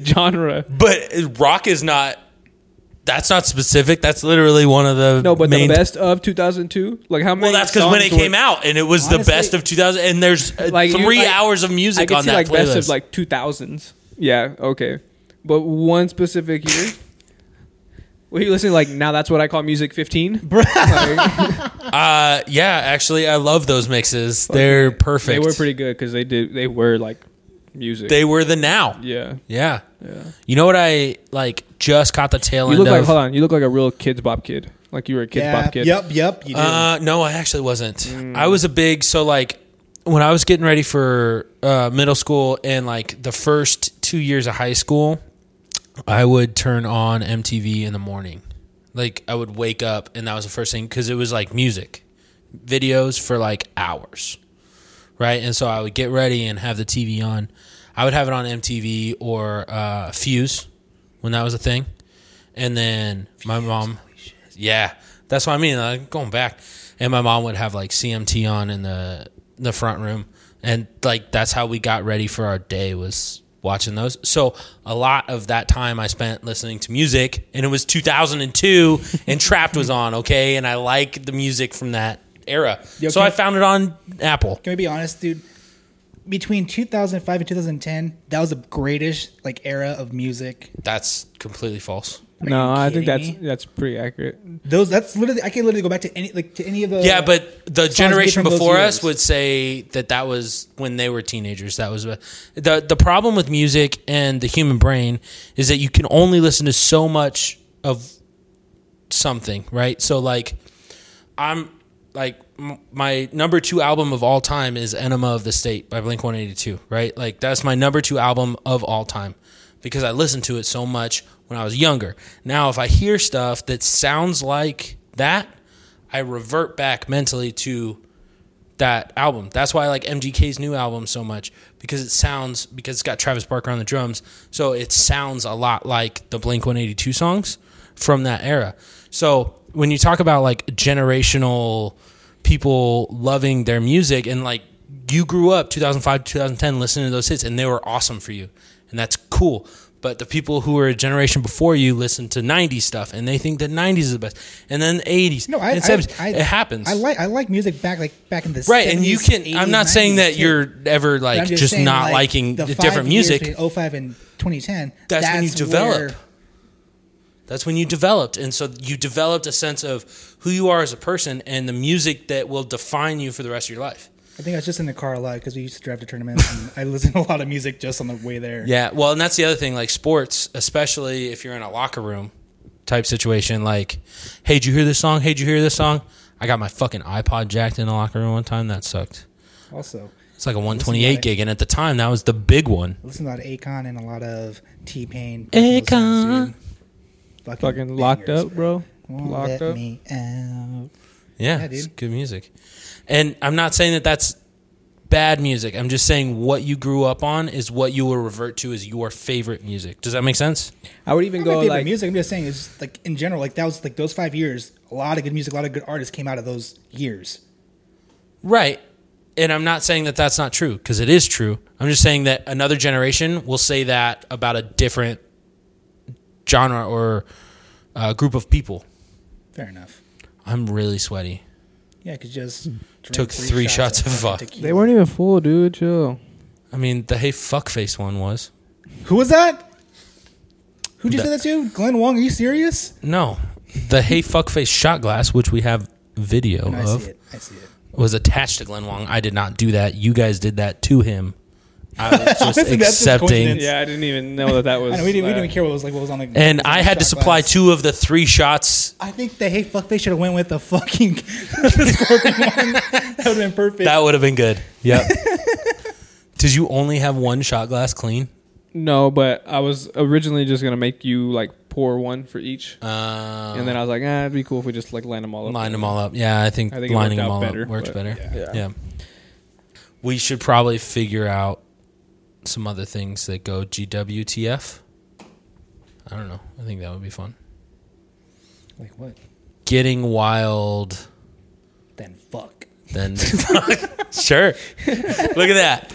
C: genre.
A: But rock is not. That's not specific. That's literally one of the
C: No, but
A: main.
C: the best of 2002. Like how many?
A: well, that's because when it
C: songs were-
A: came out and it was the
B: Honestly,
A: best of 2000, and there's uh,
C: like, you-
A: three
C: like,
A: hours of
C: I
A: music
C: can
A: on
C: see
A: that
C: like
A: playlist.
C: best of like 2000s. Yeah, okay, but one specific
A: [LAUGHS]
C: year. Were you listening? Like now, that's what I call music 15.
A: [LAUGHS]
C: Like,
A: uh, yeah, actually, I love those mixes. They're perfect.
C: they were pretty good because they did. They were like music.
A: They were the now.
C: yeah.
A: Yeah. You know what I like? Just caught the tail
C: You
A: end
C: look like
A: of.
C: hold on. You look like a real kids bop kid. Like you were a kids
B: yeah.
C: bop kid.
B: Yep. Yep. You do. Mm.
A: Uh, no, I actually wasn't. I was a big so like when I was getting ready for uh, middle school and like the first two years of high school, I would turn on MTV in the morning. Like I would wake up and that was the first thing because it was like music, videos for like hours, right? And so I would get ready and have the TV on. I would have it on MTV or uh, Fuse when that was a thing, and then my mom. Yeah, that's what I mean. Like going back, and my mom would have like CMT on in the the front room, and like that's how we got ready for our day was watching those. So a lot of that time I spent listening to music, and it was 2002, and Trapped was on. Okay, and I like the music from that era,
B: Yo,
A: so
B: can-
A: I found it on Apple.
B: Can we be honest, dude? between 2005 and 2010, that was the greatest like era of music.
A: That's completely false.
B: Are
C: no,
B: you
C: I
B: kidding
C: think that's
B: me?
C: that's pretty accurate.
B: Those that's literally I can literally go back to any like to any of the
A: yeah, but the
B: we get
A: generation
B: from those
A: before
B: years.
A: us would say that that was when they were teenagers. That was a- the the problem with music and the human brain is that you can only listen to so much of something, right? So like I'm like m- my number 2 album of all time is Enema of the State by Blink-182, right? Like that's my number 2 album of all time because I listened to it so much when I was younger. Now if I hear stuff that sounds like that, I revert back mentally to that album. That's why I like MGK's new album so much because it sounds because it's got Travis Barker on the drums, so it sounds a lot like the Blink 182 songs from that era. So when you talk about like generational people loving their music and like you grew up 2005 2010 listening to those hits and they were awesome for you and that's cool but the people who were a generation before you listen to 90s stuff and they think that 90s is the best and then 80s
B: No, I,
A: and
B: I,
A: 70s.
B: I
A: it happens
B: I like I like music back like back in the
A: right and you can
B: 70s,
A: i'm
B: 80s,
A: not saying
B: 90s,
A: that
B: too.
A: you're ever
B: But
A: like
B: I'm
A: just,
B: saying,
A: not
B: like,
A: liking
B: the
A: the
B: five
A: different
B: years
A: music
B: between 05 and 2010.
A: That's when you develop.
B: where-
A: that's when you developed and so you developed a sense of who you are as a person and the music that will define you for the rest of your life
B: I think I was just in the car a lot because we used to drive to tournaments. and I listened to a lot of music just on the way there.
A: yeah well and that's the other thing like sports especially if you're in a locker room type situation like hey did you hear this song hey did you hear this song i got my fucking ipod jacked in the locker room one time that sucked
B: Also,
A: it's like a 128
B: it.
A: gig and at the time that was the big one
B: I listened to a lot of Akon and a lot of T Pain.
A: Akon.
B: Fucking,
C: Fucking locked
B: bangers,
C: up, bro.
B: Won't
C: Locked
B: let
C: up.
B: me out.
A: Yeah,
B: Yeah,
A: it's
B: dude.
A: good music. And I'm not saying that that's bad music. I'm just saying what you grew up on is what you will revert to as your favorite music. Does that make sense?
C: I would even
B: Not my
C: go
B: favorite
C: like
B: music. I'm just saying, it's just, like in general, like that was like those five years. A lot of good music, a lot of good artists came out of those years.
A: Right. And I'm not saying that that's not true because it is true. I'm just saying that another generation will say that about a different genre or uh, group of people.
B: Fair enough.
A: I'm really sweaty.
B: Yeah, because just drank
A: Took three shots of
B: fucking
A: vodka.
B: tequila.
C: Hmm. they weren't even full, dude. Chill.
A: I mean, the hey fuckface one was.
B: Who was that? Who'd you
A: The-
B: say that to? Glenn Wong? Are you serious?
A: No. The hey fuckface shot glass, which we have video
B: No, I
A: of.
B: see it. I see it.
A: was attached to Glenn Wong. I did not do that. You guys did that to him.
C: [LAUGHS]
A: I was just
B: Honestly, that's just
A: accepting.
B: coincidence.
C: Yeah, I didn't even know that that
B: [LAUGHS]
C: was.
B: I know, we didn't. We didn't
C: uh,
B: even care what was like. What was on the.
A: And
B: what was on
A: I
B: the
A: had to
B: shot
A: supply
B: glass.
A: two of the three shots.
B: I think the hey fuck they should have went with the fucking [LAUGHS] the scorpion
A: [LAUGHS]
B: one. That would have been perfect.
A: That would have been good.
C: [LAUGHS]
A: Yep. did you only have one shot glass clean?
C: No, but I was originally just gonna make you like pour one for each,
A: Uh,
C: and then I was like, ah, it'd be cool if we just like line them all up.
A: line
C: [LAUGHS]
A: them all up. Yeah, I think,
C: I think it
A: lining them
C: worked out
A: all
C: better,
A: up works
C: but-
A: better. Yeah.
C: yeah.
A: We should probably figure out some other things that go GWTF. I don't know. I think that would be fun.
B: like what?
A: Getting wild.
B: Then fuck.
A: then sure. Look at that.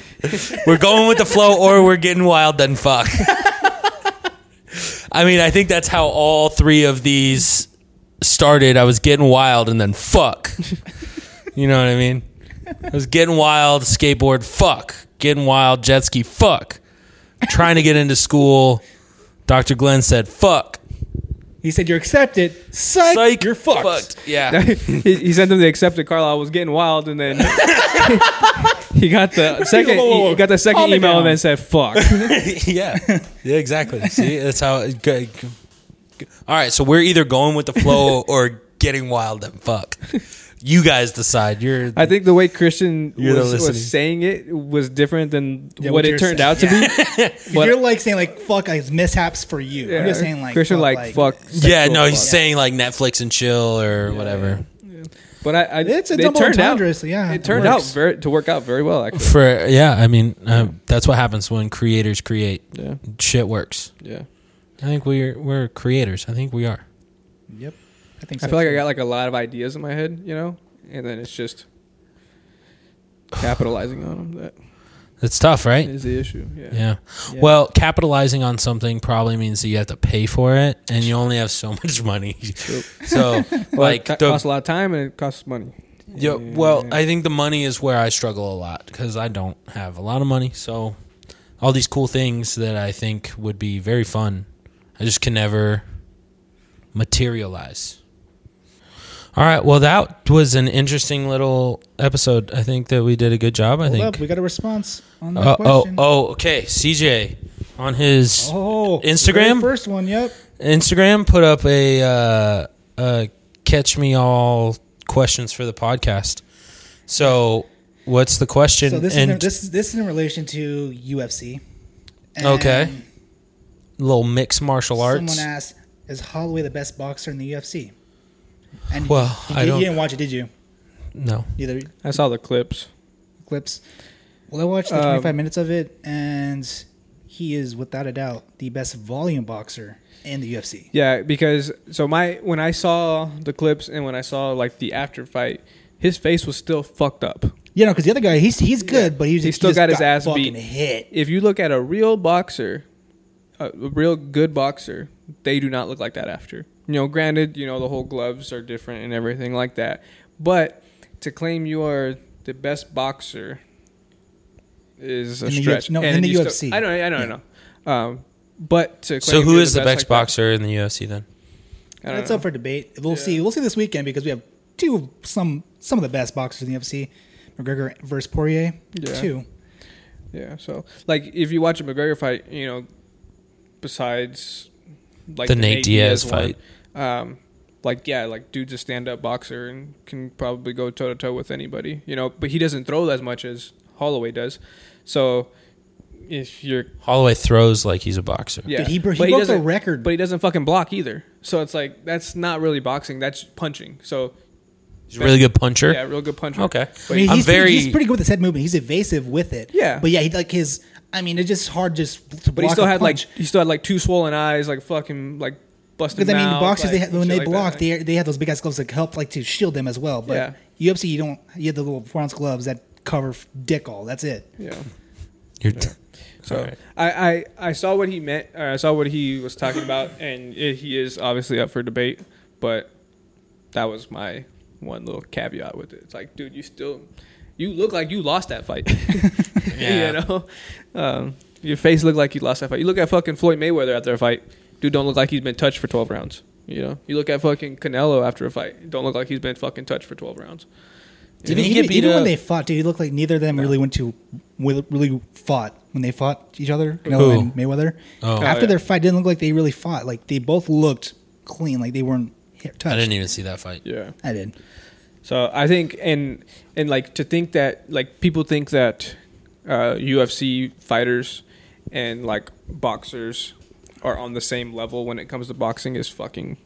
A: We're going with the flow or we're getting wild, then fuck. I mean, I think that's how all three of these started. I was getting wild and then fuck. You know what I mean? I was getting wild, skateboard, fuck. Getting wild, jet ski, fuck. Trying to get into school. Dr. Glenn said, fuck.
B: He said you're accepted. Psych.
A: Psych,
B: you're fucked.
A: Yeah.
C: he, he sent them the accepted Carlisle was getting wild, and then [LAUGHS] he got the second. e,
B: Whoa, whoa, whoa.
C: He got the second
B: Calm it
C: email,
B: down.
C: and then said, "Fuck." [LAUGHS]
A: [LAUGHS] yeah. Yeah, exactly. See, that's how. It, g- g- all right, so we're either going with the [LAUGHS] flow or getting wild and fuck. You guys decide. You're
C: I think the way Christian
A: You're the
C: was, was
A: listening.
C: saying it was different than
B: Yeah,
C: what
B: what
C: it
B: you're
C: turned
B: saying.
C: out to be. But-
B: you're like saying like fuck like mishaps for you.
C: [LAUGHS] yeah,
B: I'm just saying like
C: Christian,
B: fuck,
C: like, fuck.
A: yeah.
C: sexual
A: No, he's
C: fuck.
A: saying like Netflix and chill or whatever
C: But I, I
B: It's a
C: they
B: double
C: turned out.
B: entendre, so yeah,
C: it
B: it
C: turned out
B: works.
C: very, to work out very well. Actually,
A: for yeah. I mean, uh, that's what happens when creators create.
C: yeah,
A: Shit works.
C: yeah.
A: I think we're we're creators. I think we are.
B: Yep. I think so
C: I feel like
B: too.
C: I got like a lot of ideas in my head, you know, and then it's just capitalizing on them. That
A: It's tough, right?
C: is the issue. Yeah.
A: Yeah.
C: Yeah.
A: Well, capitalizing on something probably means that you have to pay for it, and you only have so much money. so,
C: Well,
A: [LAUGHS]
C: it
A: like,
C: co-
A: the-
C: costs a lot of time and it costs money.
A: Yeah, well,
B: Eh.
A: I think the money is where I struggle a lot because I don't have a lot of money. So, all these cool things that I think would be very fun, I just can never materialize. All right. Well, that was an interesting little episode. I think that we did a good job. I
B: Hold
A: think.
B: up, we got a response on that
A: Oh, oh,
B: question.
A: oh, okay. CJ on his
B: Oh,
A: Instagram?
B: very first one. Yep.
A: Instagram put up a, uh, a catch me all questions for the podcast. So, what's the question?
B: So this is
A: and
B: in, this is this is in relation to UFC. And
A: okay, little mixed martial arts.
B: Someone asked, "Is Holloway the best boxer in the UFC?" And
A: Well,
B: you,
A: I
B: did-
A: don't-
B: you didn't watch it, did you?
A: no,
B: Neither
C: I saw the clips.
B: clips. Well, I watched the
C: Um,
B: 25 minutes of it, and he is without a doubt the best volume boxer in the UFC.
C: Yeah, because so my when I saw the clips and when I saw like the after fight, his face was still fucked up.
B: You know, because the other guy, he's he's good, but he's
C: He
B: he
C: still
B: just
C: got his ass
B: fucking
C: beat.
B: Hit.
C: If you look at a real boxer, a a real good boxer, they do not look like that after. You know, granted, you know the whole gloves are different and everything like that, but to claim you are the best boxer is a
B: In the
C: stretch.
B: UFC no, in
C: And
B: the
C: you still-
B: UFC.
C: I know, I know, I know. Um, but to claim
A: So, who
C: you're
A: is the best
C: like that,
A: boxer in the UFC then?
C: I don't
B: That's
C: know.
B: up for debate. We'll
C: Yeah.
B: see. We'll see this weekend because we have two some some of the best boxers in the UFC. McGregor versus Poirier.
C: Yeah.
B: Two.
C: Yeah, so like if you watch a McGregor fight, you know, besides like
A: The Nate Diaz
C: one, um, like yeah, like dude's a stand-up boxer and can probably go toe to toe with anybody, you know. But he doesn't throw as much as Holloway does, so if you're
A: Holloway throws like he's a boxer.
C: yeah,
B: Dude, he bro- he
C: but
B: broke the
C: doesn't-
B: record.
C: but he doesn't fucking block either. So it's like that's not really boxing, that's punching. So
A: he's a really good puncher.
C: yeah, real good puncher.
A: Okay.
C: but
B: I mean,
A: I'm
B: he's,
A: very-
B: he's pretty good with his head movement. He's evasive with it.
C: Yeah.
B: But yeah, he like his. I mean, it's just hard just. To
C: But he still had
B: punch.
C: like he still had like two swollen eyes, like fucking like busted.
B: Because I mean,
C: mouth,
B: boxers they
C: like,
B: have, when
C: shit
B: they
C: like that.
B: block, they they have those big ass gloves that help like to shield them as well. But UFC, you don't. You have the little four ounce gloves that cover f- dick all. That's it. [LAUGHS]
C: yeah.
A: You're [LAUGHS]
C: So
A: Alright.
C: I, I I saw what he meant. Or I saw what he was talking about, and i he is obviously up for debate. But that was my one little caveat with it. It's like, dude, you still you look like you lost
B: [LAUGHS]
C: that fight. [LAUGHS]
A: Yeah.
C: you know, um, your face looked like you lost that fight. You look at fucking Floyd Mayweather after a fight. Dude, don't look like he's been touched for twelve rounds. You know, you look at fucking Canelo after a fight. Don't look like he's been fucking touched for twelve rounds.
A: Didn't he
B: even,
A: get beat
B: even
A: up?
B: when they fought, dude, it looked like neither of them really went to wi- really fought when they fought each other. Canelo
A: Who?
B: and Mayweather.
A: Oh.
B: After
C: Oh, yeah.
B: their fight, didn't look like they really fought. Like they both looked clean. Like they weren't hit, touched.
A: I didn't e- even see that fight.
C: Yeah.
B: I did.
C: So I think and and like to think that like people think that uh, UFC fighters and like boxers are on the same level when it comes to boxing is fucking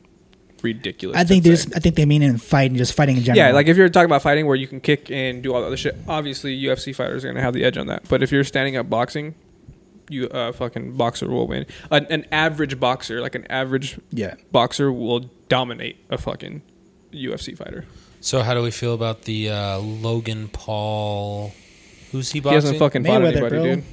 C: ridiculous.
B: I think
C: I'd
B: they
C: say.
B: just. I think they mean in fighting, just fighting in general.
C: yeah, like if you're talking about fighting where you can kick and do all the other shit, obviously UFC fighters are gonna have the edge on that. But if you're standing up boxing, you uh, fucking boxer will win. An, an average boxer, like an average
B: yeah.
C: boxer, will dominate a fucking UFC fighter.
A: So, how do we feel about the uh, Logan Paul? Who's he
C: He
A: boxing?
C: hasn't fucking fought
B: Mayweather,
C: anybody,
B: bro.
C: dude.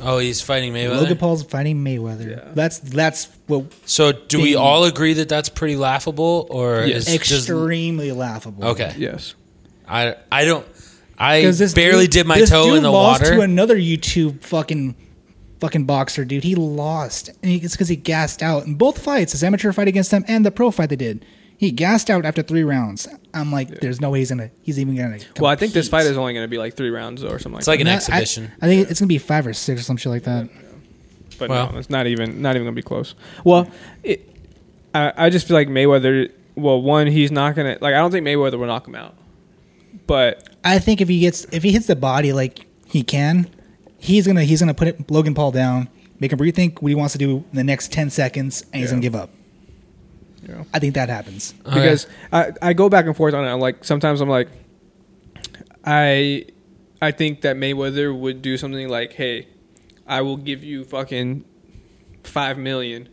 A: oh, he's fighting Mayweather.
B: Logan Paul's fighting Mayweather.
C: Yeah.
B: That's that's what
A: So, do we
B: Being-
A: all agree that that's pretty laughable, or
C: Yes.
A: is just
B: extremely laughable.
A: okay?
C: Yes.
A: I I don't. I
B: 'Cause this
A: barely
B: dude-
A: did my
B: this
A: toe
B: dude
A: in the
B: lost
A: water.
B: To another YouTube fucking fucking boxer dude, he lost, and he, it's because he gassed out in both fights, his amateur fight against him and the pro fight they did. He gassed out after three rounds. I'm like, there's no way he's gonna, he's even gonna.
C: Well, I think this
B: compete.
C: fight is only going to be like three rounds or something. Like
A: it's like an
B: Not- I-
A: exhibition.
B: I, think it's gonna be five or six or some shit like that.
C: that. but
A: well-
C: no, it's not even not even going to be close. Well, it, I I just feel like Mayweather. Well, one, he's not going to like. I don't think Mayweather will knock him out. But
B: I think if he gets, if he hits the body like he can, he's gonna, he's gonna put it, Logan Paul down, make him rethink what he wants to do in the next ten seconds, and he's
C: Yeah.
B: gonna give up.
C: Yeah.
B: I think that happens.
A: Okay.
C: because I I go back and forth on it. I'm like sometimes I'm like, I I think that Mayweather would do something like, hey, I will give you fucking five million,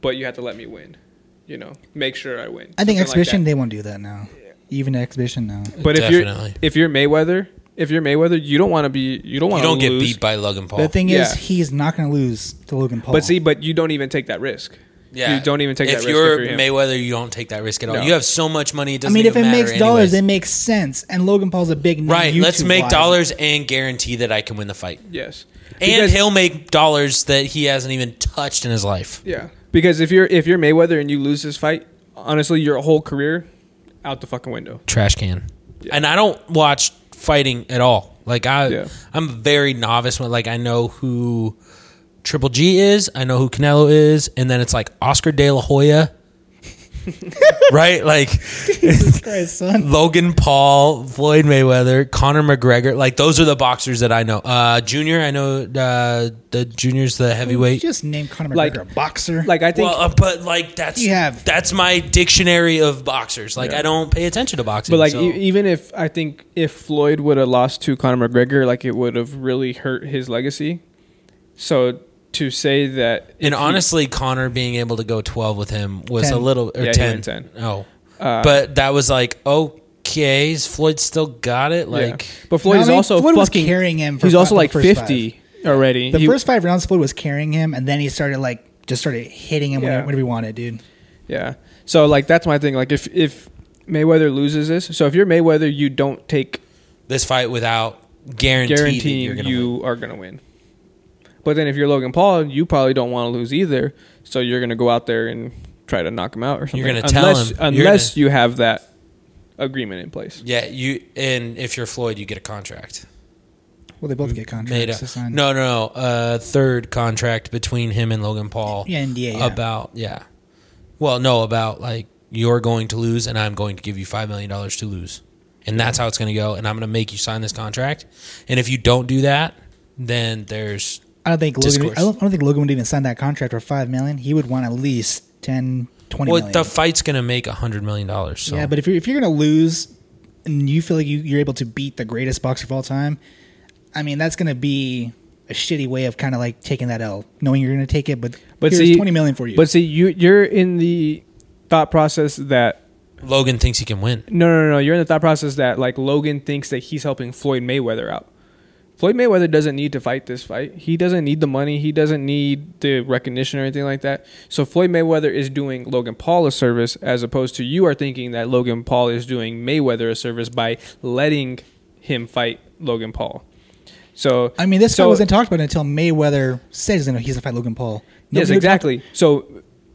C: but you have to let me win. You know, make sure I win.
B: I think
C: Something like
B: exhibition
C: that.
B: they won't do that now. Even exhibition now.
C: But if
A: Definitely.
C: you're if you're Mayweather, if you're Mayweather, you don't want to be you
A: you
C: don't want to
A: don't get
C: lose.
A: beat by Logan Paul.
B: The thing
C: Yeah.
B: is, he's not going to lose to Logan Paul.
C: But see, but you don't even take that risk.
A: Yeah,
C: You don't even take
A: if
C: that risk if
A: you're
C: you're him.
A: Mayweather, you don't take that risk at all.
C: No.
A: You have so much money. It
B: I
A: doesn't
B: mean, if
A: even
B: it
A: matter
B: makes dollars, it
A: anyways.
B: makes sense. And Logan Paul's a big name
A: right. Let's make
B: YouTube-wise. [LAUGHS]
A: dollars and guarantee that I can win the fight,
C: Yes.
A: and
C: Because-
A: he'll make dollars that he hasn't even touched in his life.
C: Yeah. Because if you're if you're Mayweather and you lose this fight, honestly, your whole career out the fucking window.
A: Trash can.
C: Yeah.
A: And I don't watch fighting at all. Like I,
C: Yeah.
A: I'm very novice. When, like I know who Triple G is, I know who Canelo is, and then it's like Oscar De La [LAUGHS] Hoya. right, like
B: Jesus Christ, son.
A: Logan Paul, Floyd Mayweather, Conor McGregor. Like those are the boxers that I know. Uh, junior, I know uh, the junior's the heavyweight.
B: Just name Conor McGregor
C: Like-
B: a boxer.
C: Like I think
A: well, uh, but like that's
B: You have-
A: that's my dictionary of boxers. Like
C: Yeah.
A: I don't pay attention to boxing.
C: But like
A: so-
C: e- even if I think if Floyd would have lost to Conor McGregor, like it would have really hurt his legacy. So to say that
A: and honestly, Conor being able to go twelve with him was
B: 10.
A: a little or
C: Yeah, he
A: ten.
C: went Uh, 10.
A: Oh, but that was like okay, is Floyd still got it.
C: yeah.
A: Like
C: but Floyd
B: No, I
C: is
B: mean,
C: also
B: Floyd was
C: fucking
B: carrying him for
C: he's
B: fu-
C: also
B: the
C: like
B: first
C: fifty already.
B: the
C: He-
B: first five rounds, Floyd was carrying him, and then he started like just started hitting him
C: Yeah.
B: whenever, whenever he wanted, dude.
C: yeah. So like that's my thing. Like if if Mayweather loses this, so if you're Mayweather, you don't take
A: this fight without guarantee that you're
C: guaranteeing
A: gonna
C: you are gonna win. But then if you're Logan Paul, you probably don't want to lose either. So you're gonna go out there and try to knock him out or something.
A: gonna
C: unless,
A: tell him. You're
C: unless you have that agreement in place.
A: Yeah, you and if you're Floyd, you get a contract.
B: Well, they both get
A: made
B: contracts to
A: a,
B: sign.
A: no no no uh third contract between him and Logan Paul
B: Yeah, NDA, yeah.
A: about yeah well no about like you're going to lose and I'm going to give you 5 million dollars to lose and that's how it's going to go and I'm going to make you sign this contract and if you don't do that then there's
B: I don't think Logan.
A: Discourse.
B: I don't, I don't think Logan would even sign that contract for five million. He would want at least 10, 20
A: well
B: million.
A: the fight's going to make 100 million dollars so
B: Yeah, but if you're if you're gonna lose, and you feel like you, you're able to beat the greatest boxer of all time, I mean that's gonna be a shitty way of kind of like taking that L, knowing you're gonna take it. But
C: But
B: but here's
C: see-
B: twenty million for you.
C: But see, you you're in the thought process that
A: Logan thinks he can win
C: no, no, no, no. You're in the thought process that like Logan thinks that he's helping Floyd Mayweather out. Floyd Mayweather doesn't need to fight this fight. He doesn't need the money. He doesn't need the recognition or anything like that. So Floyd Mayweather is doing Logan Paul a service, as opposed to you are thinking that Logan Paul is doing Mayweather a service by letting him fight Logan Paul. So
B: I mean, this
C: so,
B: fight wasn't talked about until Mayweather said he's gonna he's gonna fight Logan Paul.
C: yes,
B: Nobody would talk-
C: exactly. So,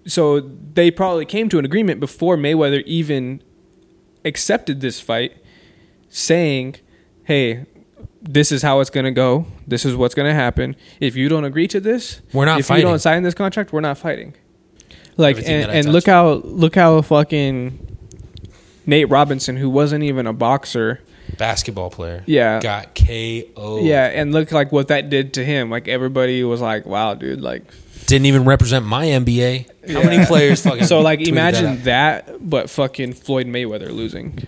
C: so they probably came to an agreement before Mayweather even accepted this fight, saying, "Hey, this is how it's going to go. This is what's going to happen. If you don't agree to this,
A: We're not
C: If
A: fighting."
C: you don't sign this contract, we're not fighting." Like,
A: Everything
C: and,
A: that I
C: and look how look how fucking Nate Robinson, who wasn't even a boxer,
A: basketball player
C: yeah,
A: got KO
C: yeah, and look like what that did to him. Like everybody was like, "Wow, dude!" Like
A: didn't even represent my NBA how many
C: Yeah.
A: players fucking
C: [LAUGHS] So like
A: tweeted that out?
C: imagine that, but fucking Floyd Mayweather losing.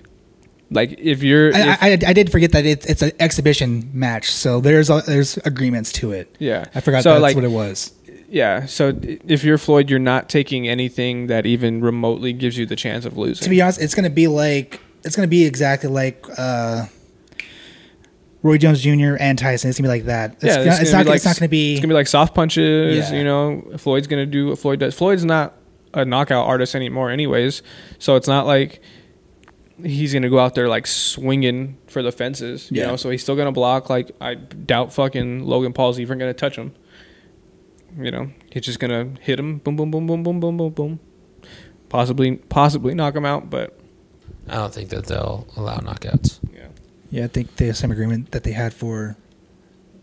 C: Like if you're
B: I,
C: if-
B: I, I did forget that it's, it's an exhibition match, so there's a, there's agreements to it.
C: yeah.
B: I forgot
C: So
B: that's
C: like
B: what it was.
C: yeah. So d- if you're Floyd, you're not taking anything that even remotely gives you the chance of losing.
B: To be honest, it's gonna be like it's gonna be exactly like uh, Roy Jones Jr. and Tyson. It's gonna be like that. It's,
C: yeah,
B: gonna, it's, not,
C: like,
B: it's not gonna be.
C: It's gonna be like soft punches.
B: Yeah.
C: You know, Floyd's gonna do what Floyd does. Floyd's not a knockout artist anymore, anyways. So it's not like he's gonna go out there like swinging for the fences. You
B: Yeah.
C: know, so he's still gonna block. Like I doubt fucking Logan Paul's even gonna touch him. You know, he's just gonna hit him. Boom, boom, boom, boom, boom, boom, boom, boom. Possibly, possibly knock him out, but
A: I don't think that they'll allow knockouts
C: yeah.
B: Yeah, I think the same agreement that they had for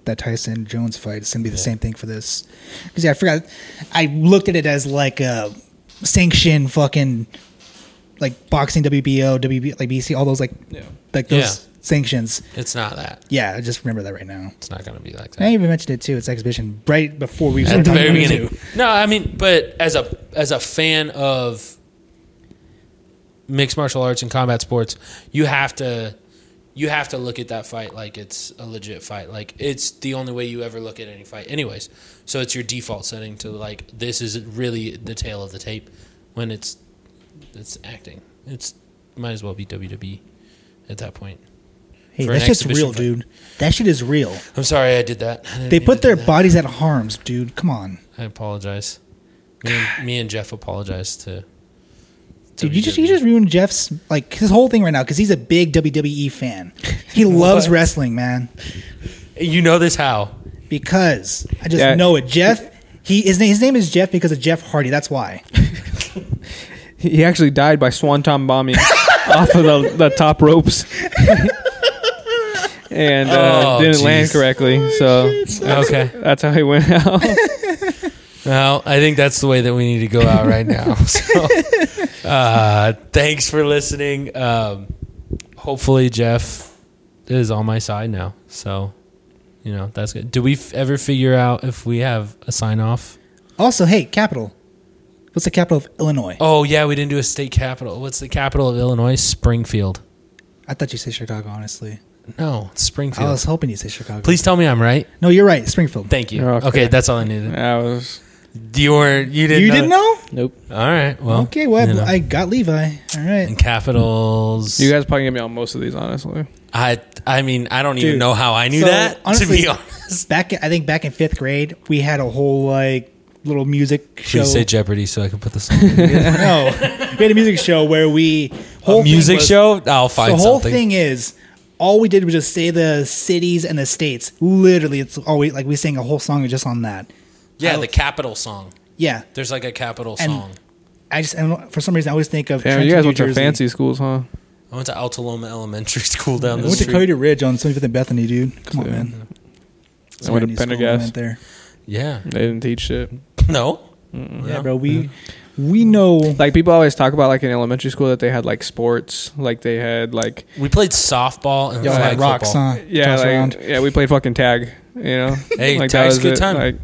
B: that Tyson Jones fight is going to be the
A: Yeah.
B: same thing for this. Because yeah, I forgot. I looked at it as like a sanctioned fucking like boxing, WBO, WB, like BC, all those like
C: Yeah.
B: like those
A: Yeah.
B: sanctions.
A: it's not that
B: Yeah, I just remember that right now.
A: it's not going to be like that
B: And I even mentioned it too. It's exhibition right before we
A: at
B: started
A: the
B: talking
A: very
B: about it,
A: beginning.
B: too.
A: No, I mean, but as a as a fan of mixed martial arts and combat sports, you have to you have to look at that fight like it's a legit fight. Like it's the only way you ever look at any fight, anyways. So it's your default setting to like this is really the tail of the tape when it's it's acting. It's might as well be WWE at that point.
B: Hey,
A: For an
B: that shit's
A: exhibition
B: real,
A: fight.
B: dude. That shit is real.
A: I'm sorry I did that. I didn't
B: They
A: mean to
B: put
A: do
B: their
A: that.
B: bodies at harm's, dude. Come on.
A: I apologize. Me and, me and Jeff apologized to. to
B: Dude, you just
A: WWE.
B: you just ruined Jeff's like his whole thing right now because he's a big WWE fan.
A: [LAUGHS]
B: He loves
A: What?
B: wrestling, man.
A: you know this how
B: Because I just
C: Yeah.
B: know it. Jeff, he his name his name is Jeff because of Jeff Hardy. That's why.
C: He he actually died by swanton [LAUGHS] bombing off of the, the top [LAUGHS] ropes. and uh,
A: Oh,
C: didn't land
A: jeez.
C: correctly. So
A: okay.
C: that's how he went [LAUGHS] out.
A: Well, I think that's the way that we need to go out right now. [LAUGHS] So, uh, thanks for listening. Um, hopefully, Jeff is on my side now. So, you know, that's good. Do we f- ever figure out if we have a sign off?
B: Also, hey, capital. What's the capital of Illinois?
A: Oh, yeah, we didn't do a state capital. What's the capital of Illinois? Springfield.
B: I thought you said Chicago. Honestly,
A: No, it's Springfield.
B: I was hoping you said Chicago.
A: Please tell me I'm right.
B: no, you're right. Springfield.
A: Thank you.
C: Okay.
A: Okay, that's all I needed.
C: I was
A: You weren't. You didn't.
B: you didn't know?
C: nope.
A: All right. Well.
B: okay, well,
A: you know.
B: I got Levi. All right.
A: and capitals.
C: You guys probably gonna be on most of these, honestly.
A: I I mean I don't even
B: Dude,
A: know how I knew
B: so,
A: that
B: honestly,
A: to be
B: [LAUGHS]
A: honest.
B: Back, in, I think back in fifth grade, we had a whole like little music show.
A: Please say Jeopardy so I can put
B: [LAUGHS]
A: this on.
B: no, we had a music show where we whole
A: a
B: thing
A: music
B: was-
A: show. I'll find
B: The whole
A: something.
B: thing is all we did was just say the cities and the states. Literally, it's always like we sang a whole song just on that.
A: yeah,
B: I-
A: the capital song.
B: Yeah,
A: There's like a capital
B: And-
A: song.
B: I just I don't know, for some reason I always think of.
C: Damn,
B: Trenton,
C: you guys
B: New
C: went to
B: Jersey.
C: fancy schools, huh?
A: I went to Altaloma Elementary [LAUGHS] School down
B: I
A: the
B: went to
A: street.
B: Cody Ridge on 75th and Bethany, dude. Come on,
C: Yeah.
B: man. That's
C: I went
B: my
C: to
B: new school when I
C: Pendergast.
B: went there. [LAUGHS]
A: yeah.
C: They didn't teach shit.
A: No.
B: Mm, Yeah, bro. We we know.
C: Like people always talk about, like in elementary school, that they had like sports, like they had like
A: We played softball and
B: Y'all
A: flag
B: had rocks,
A: football.
B: huh?
C: yeah,
B: Toss
C: like,
B: around.
C: yeah. We played fucking tag, you [LAUGHS] know.
A: Hey,
C: like,
A: tag's
C: was
A: good
C: it.
A: time.
C: Like,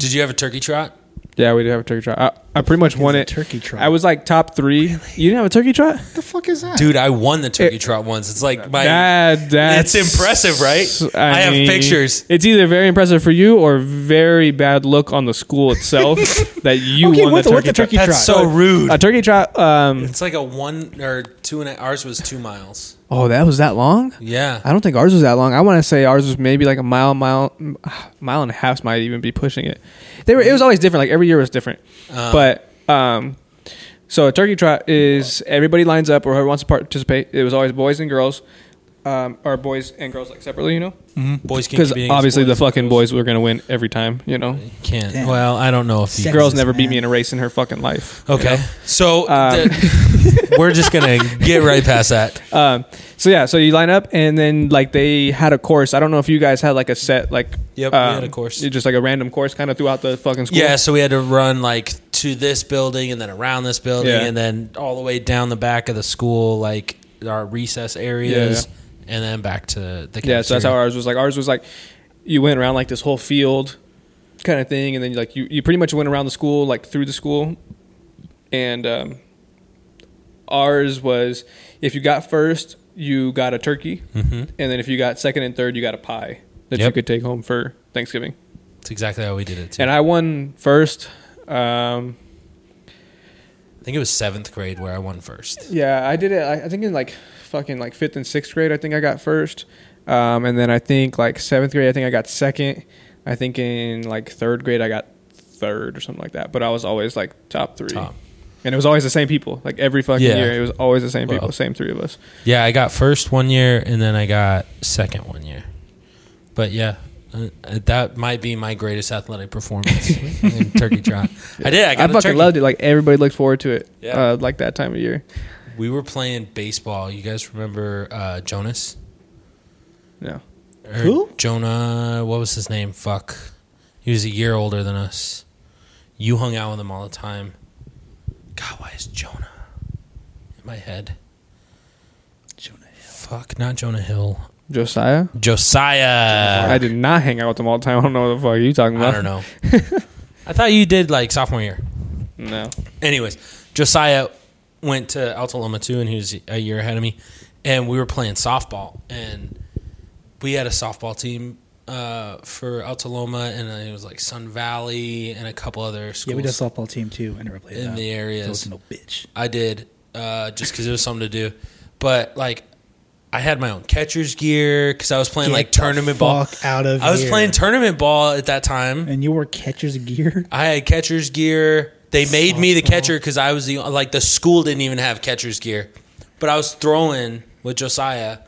A: Did you have a turkey trot?
C: yeah, we did have a turkey trot. I, I pretty much won
B: It's a
C: it.
B: Turkey trot.
C: I was like top three. You didn't have a turkey trot?
B: What the fuck is that,
A: Dude, I won the turkey trot once. It's like my
C: That that's
A: it's impressive, right? I have pictures.
C: It's either very impressive for you or very bad look on the
A: [LAUGHS]
C: school itself that you
B: Okay,
C: won
B: what's-
C: the turkey,
B: what's the turkey
C: trot.
A: That's so rude.
C: A turkey trot. Um,
A: it's like a one or two and a, ours was two miles.
C: oh, that was that long.
A: Yeah.
C: I don't think ours was that long. I want to say ours was maybe like a mile, mile, [SIGHS] m- mile and a half. Might even be pushing it. They were. It was always different. Like every year was different.
A: Uh.
C: but um, so a turkey trot is everybody lines up or whoever wants to participate. It was always boys and girls, um, or boys and girls like separately. You know,
A: Boys can't
C: because
A: compete against
C: obviously the
A: boys.
C: fucking boys were gonna win every time. You know,
A: can't.
B: Damn.
A: Well, I don't know if you
B: Sex-
C: girls
B: Texas,
C: never beat
B: man.
C: me in a race in her fucking life.
A: Okay. So
C: Um, [LAUGHS]
A: the- we're just going to get right past that.
C: Um, so yeah, so you line up and then like they had a course. I don't know if you guys had like a set like um,
A: Yep, we had a course.
C: just like a random course kind of throughout the fucking school.
A: Yeah, so we had to run like to this building and then around this building
C: Yeah.
A: and then all the way down the back of the school, like our recess areas, and then back to the
C: Yeah, so that's how
A: cafeteria.
C: ours was like. Ours was like you went around like this whole field kind of thing, and then like you, you pretty much went around the school, like through the school. And um, ours was if you got first, you got a turkey,
A: Mm-hmm.
C: and then if you got second and third, you got a pie that you
A: Yep.
C: could take home for Thanksgiving.
A: That's exactly how we did it too.
C: And I won first. Um,
A: I think it was seventh grade where I won first.
C: Yeah, I did it. I, I think in like fucking like fifth and sixth grade. I think I got first, um, and then I think like seventh grade. I think I got second. I think in like third grade I got third or something like that. But I was always like top three,
A: Top.
C: and it was always the same people. Like every fucking
A: Yeah.
C: year, it was always the same
A: Well.
C: people, same three of us.
A: Yeah, I got first one year and then I got second one year. But yeah, uh, that might be my greatest athletic
C: [LAUGHS]
A: performance in turkey trot. I did. I
C: I
A: got a
C: fucking
A: turkey.
C: loved it. Like everybody looked forward to it.
A: Yeah.
C: Uh, like that time of year.
A: We were playing baseball. You guys remember uh, Jonas?
C: No.
A: Or
B: Who?
A: Jonah. What was his name? Fuck. He was a year older than us. You hung out with him all the time. God, why is Jonah in my head?
B: Jonah
A: Fuck, not Jonah Hill.
C: Josiah. I
A: Josiah.
C: did not hang out with them all the time. I don't know what the fuck you talking
A: Uh, I
C: about.
A: don't know. I thought you did like sophomore year.
C: No.
A: Anyways, Josiah went to Altaloma too, and he was a year ahead of me. And we were playing softball, and we had a softball team uh, for Altaloma, and it was like Sun Valley and a couple other schools
B: Yeah, we did a softball team too. I never played
A: in
B: that.
A: the
B: So it's
A: areas.
B: no bitch.
A: I did uh, just because it was something to do, but like I had my own catcher's gear because I was playing
B: Get
A: like
B: the
A: tournament ball.
B: fuck out of
A: I was
B: here.
A: playing tournament ball at that time.
B: and you wore catcher's gear.
A: I had catcher's gear. They made me the catcher because I was the like the school didn't even have catcher's gear, but I was throwing with Josiah,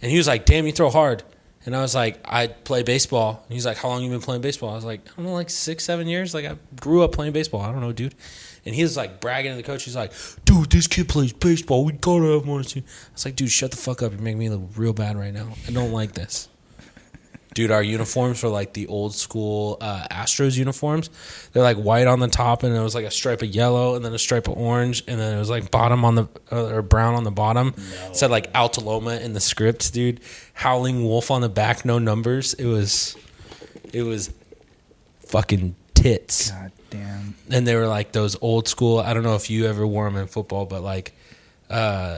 A: and he was like, "Damn, you throw hard," and I was like, "I play baseball." And he's like, "How long you been playing baseball?" I was like, "I don't know, like six, seven years. Like I grew up playing baseball. I don't know, dude." And he was like bragging to the coach. He's like, "Dude, this kid plays baseball. We gotta have one too." I was like, "Dude, shut the fuck up. You're making me look real bad right now. I don't like this." dude our uniforms were like the old school uh, astros uniforms they're like white on the top and it was like a stripe of yellow and then a stripe of orange and then it was like bottom on the uh, or brown on the bottom it said like altaloma in the script dude howling wolf on the back no numbers it was it was fucking tits
B: God damn.
A: and they were like those old school. I don't know if you ever wore them in football, but like, uh,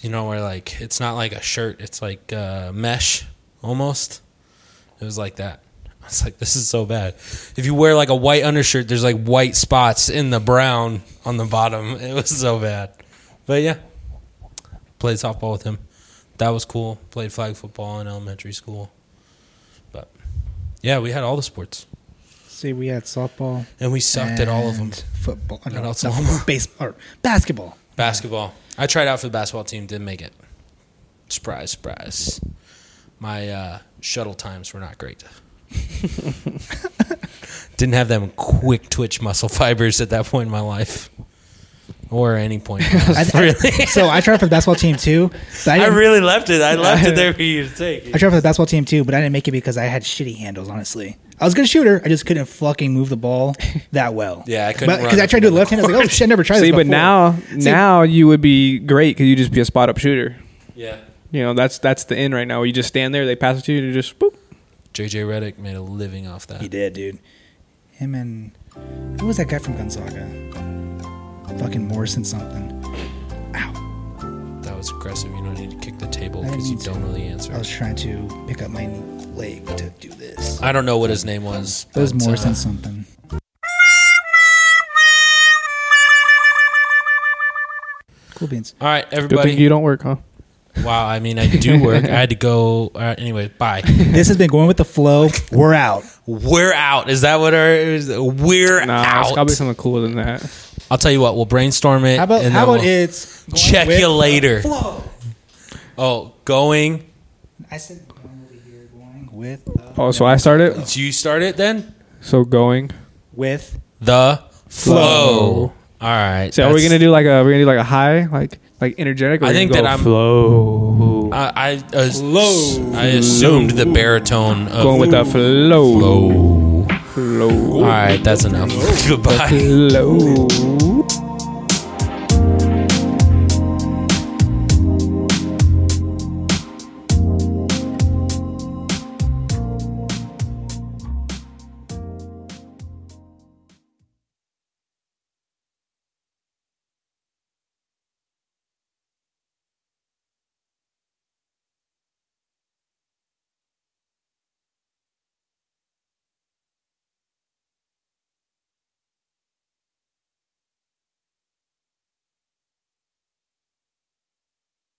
A: you know, where like it's not like a shirt; it's like uh, mesh almost. It was like that. [LAUGHS] I was like, this is so bad. If you wear like a white undershirt, there's like white spots in the brown on the bottom. [LAUGHS] It was so bad. But yeah, played softball with him. That was cool. Played flag football in elementary school. But yeah, we had all the sports,
B: See, we had softball.
A: and we sucked at all of them.
B: and Football. No,
A: Not
B: not
A: Altaloma.
B: football, baseball. Or basketball.
A: [LAUGHS] Basketball. I tried out for the basketball team, didn't make it. Surprise, surprise. My uh, shuttle times were not
B: [LAUGHS]
A: great. didn't have them quick twitch muscle fibers at that point in my life, or any point. in my life.
B: I, really? so I tried for the basketball team too. But [LAUGHS] I,
A: I
B: didn't-
A: really left it. I left it there for you to take.
B: I tried for the basketball team too, but I didn't make it because I had shitty handles. Honestly, I was a good shooter. I just couldn't fucking move
A: [LAUGHS]
B: the ball that well.
A: Yeah, I couldn't run
B: because I
A: up
B: tried
A: and
B: to
A: down
B: do left hand. I was like, oh shit, I never tried this
C: See, but
B: before.
C: now now you would be great because you just be a spot up shooter.
A: Yeah.
C: You know, that's that's the end right now. Where you just stand there, they pass it to you, and you just boop.
A: JJ Redick made a living off that.
B: he did, dude. Him and who was that guy from Gonzaga? Fucking Morrison something.
A: That was aggressive. You don't need to kick the table
B: I
A: because you
B: need to. Oh,
A: don't really answer.
B: I was trying to pick up my leg to do this.
A: I don't know what his name was.
B: It was
A: but, uh,
B: Morrison something. Cool beans.
A: All right,
C: Good
A: everybody.
C: thing you don't work, huh?
A: Wow, I mean, I do work. I had to go. All right, anyway, bye.
B: This has been going with the flow. We're out.
A: We're out. Is that what our is, we're
C: No, it's
A: out?
C: gotta be something cooler than that.
A: I'll tell you what. We'll brainstorm it.
B: [LAUGHS] How about
A: and
B: how
A: then
B: about
A: we'll-
B: it's going
A: Check
B: with
A: you
B: the
A: later.
B: flow?
A: Oh, going.
B: I said going over here, going with the,
C: Oh, so I started.
A: Do you start it then?
C: So going.
B: with
A: The flow.
C: Flow.
A: All right.
C: So are we
A: that's-
C: gonna do like a we're gonna do like a high like like energetic? Or
A: I
C: are we
A: think
C: gonna
A: that
C: go
A: I'm-
C: flow.
A: I I, uh, I assumed the baritone of
C: going with the flow.
A: flow.
C: Flow.
A: All right, that's enough. [LAUGHS] Goodbye.
C: Flow.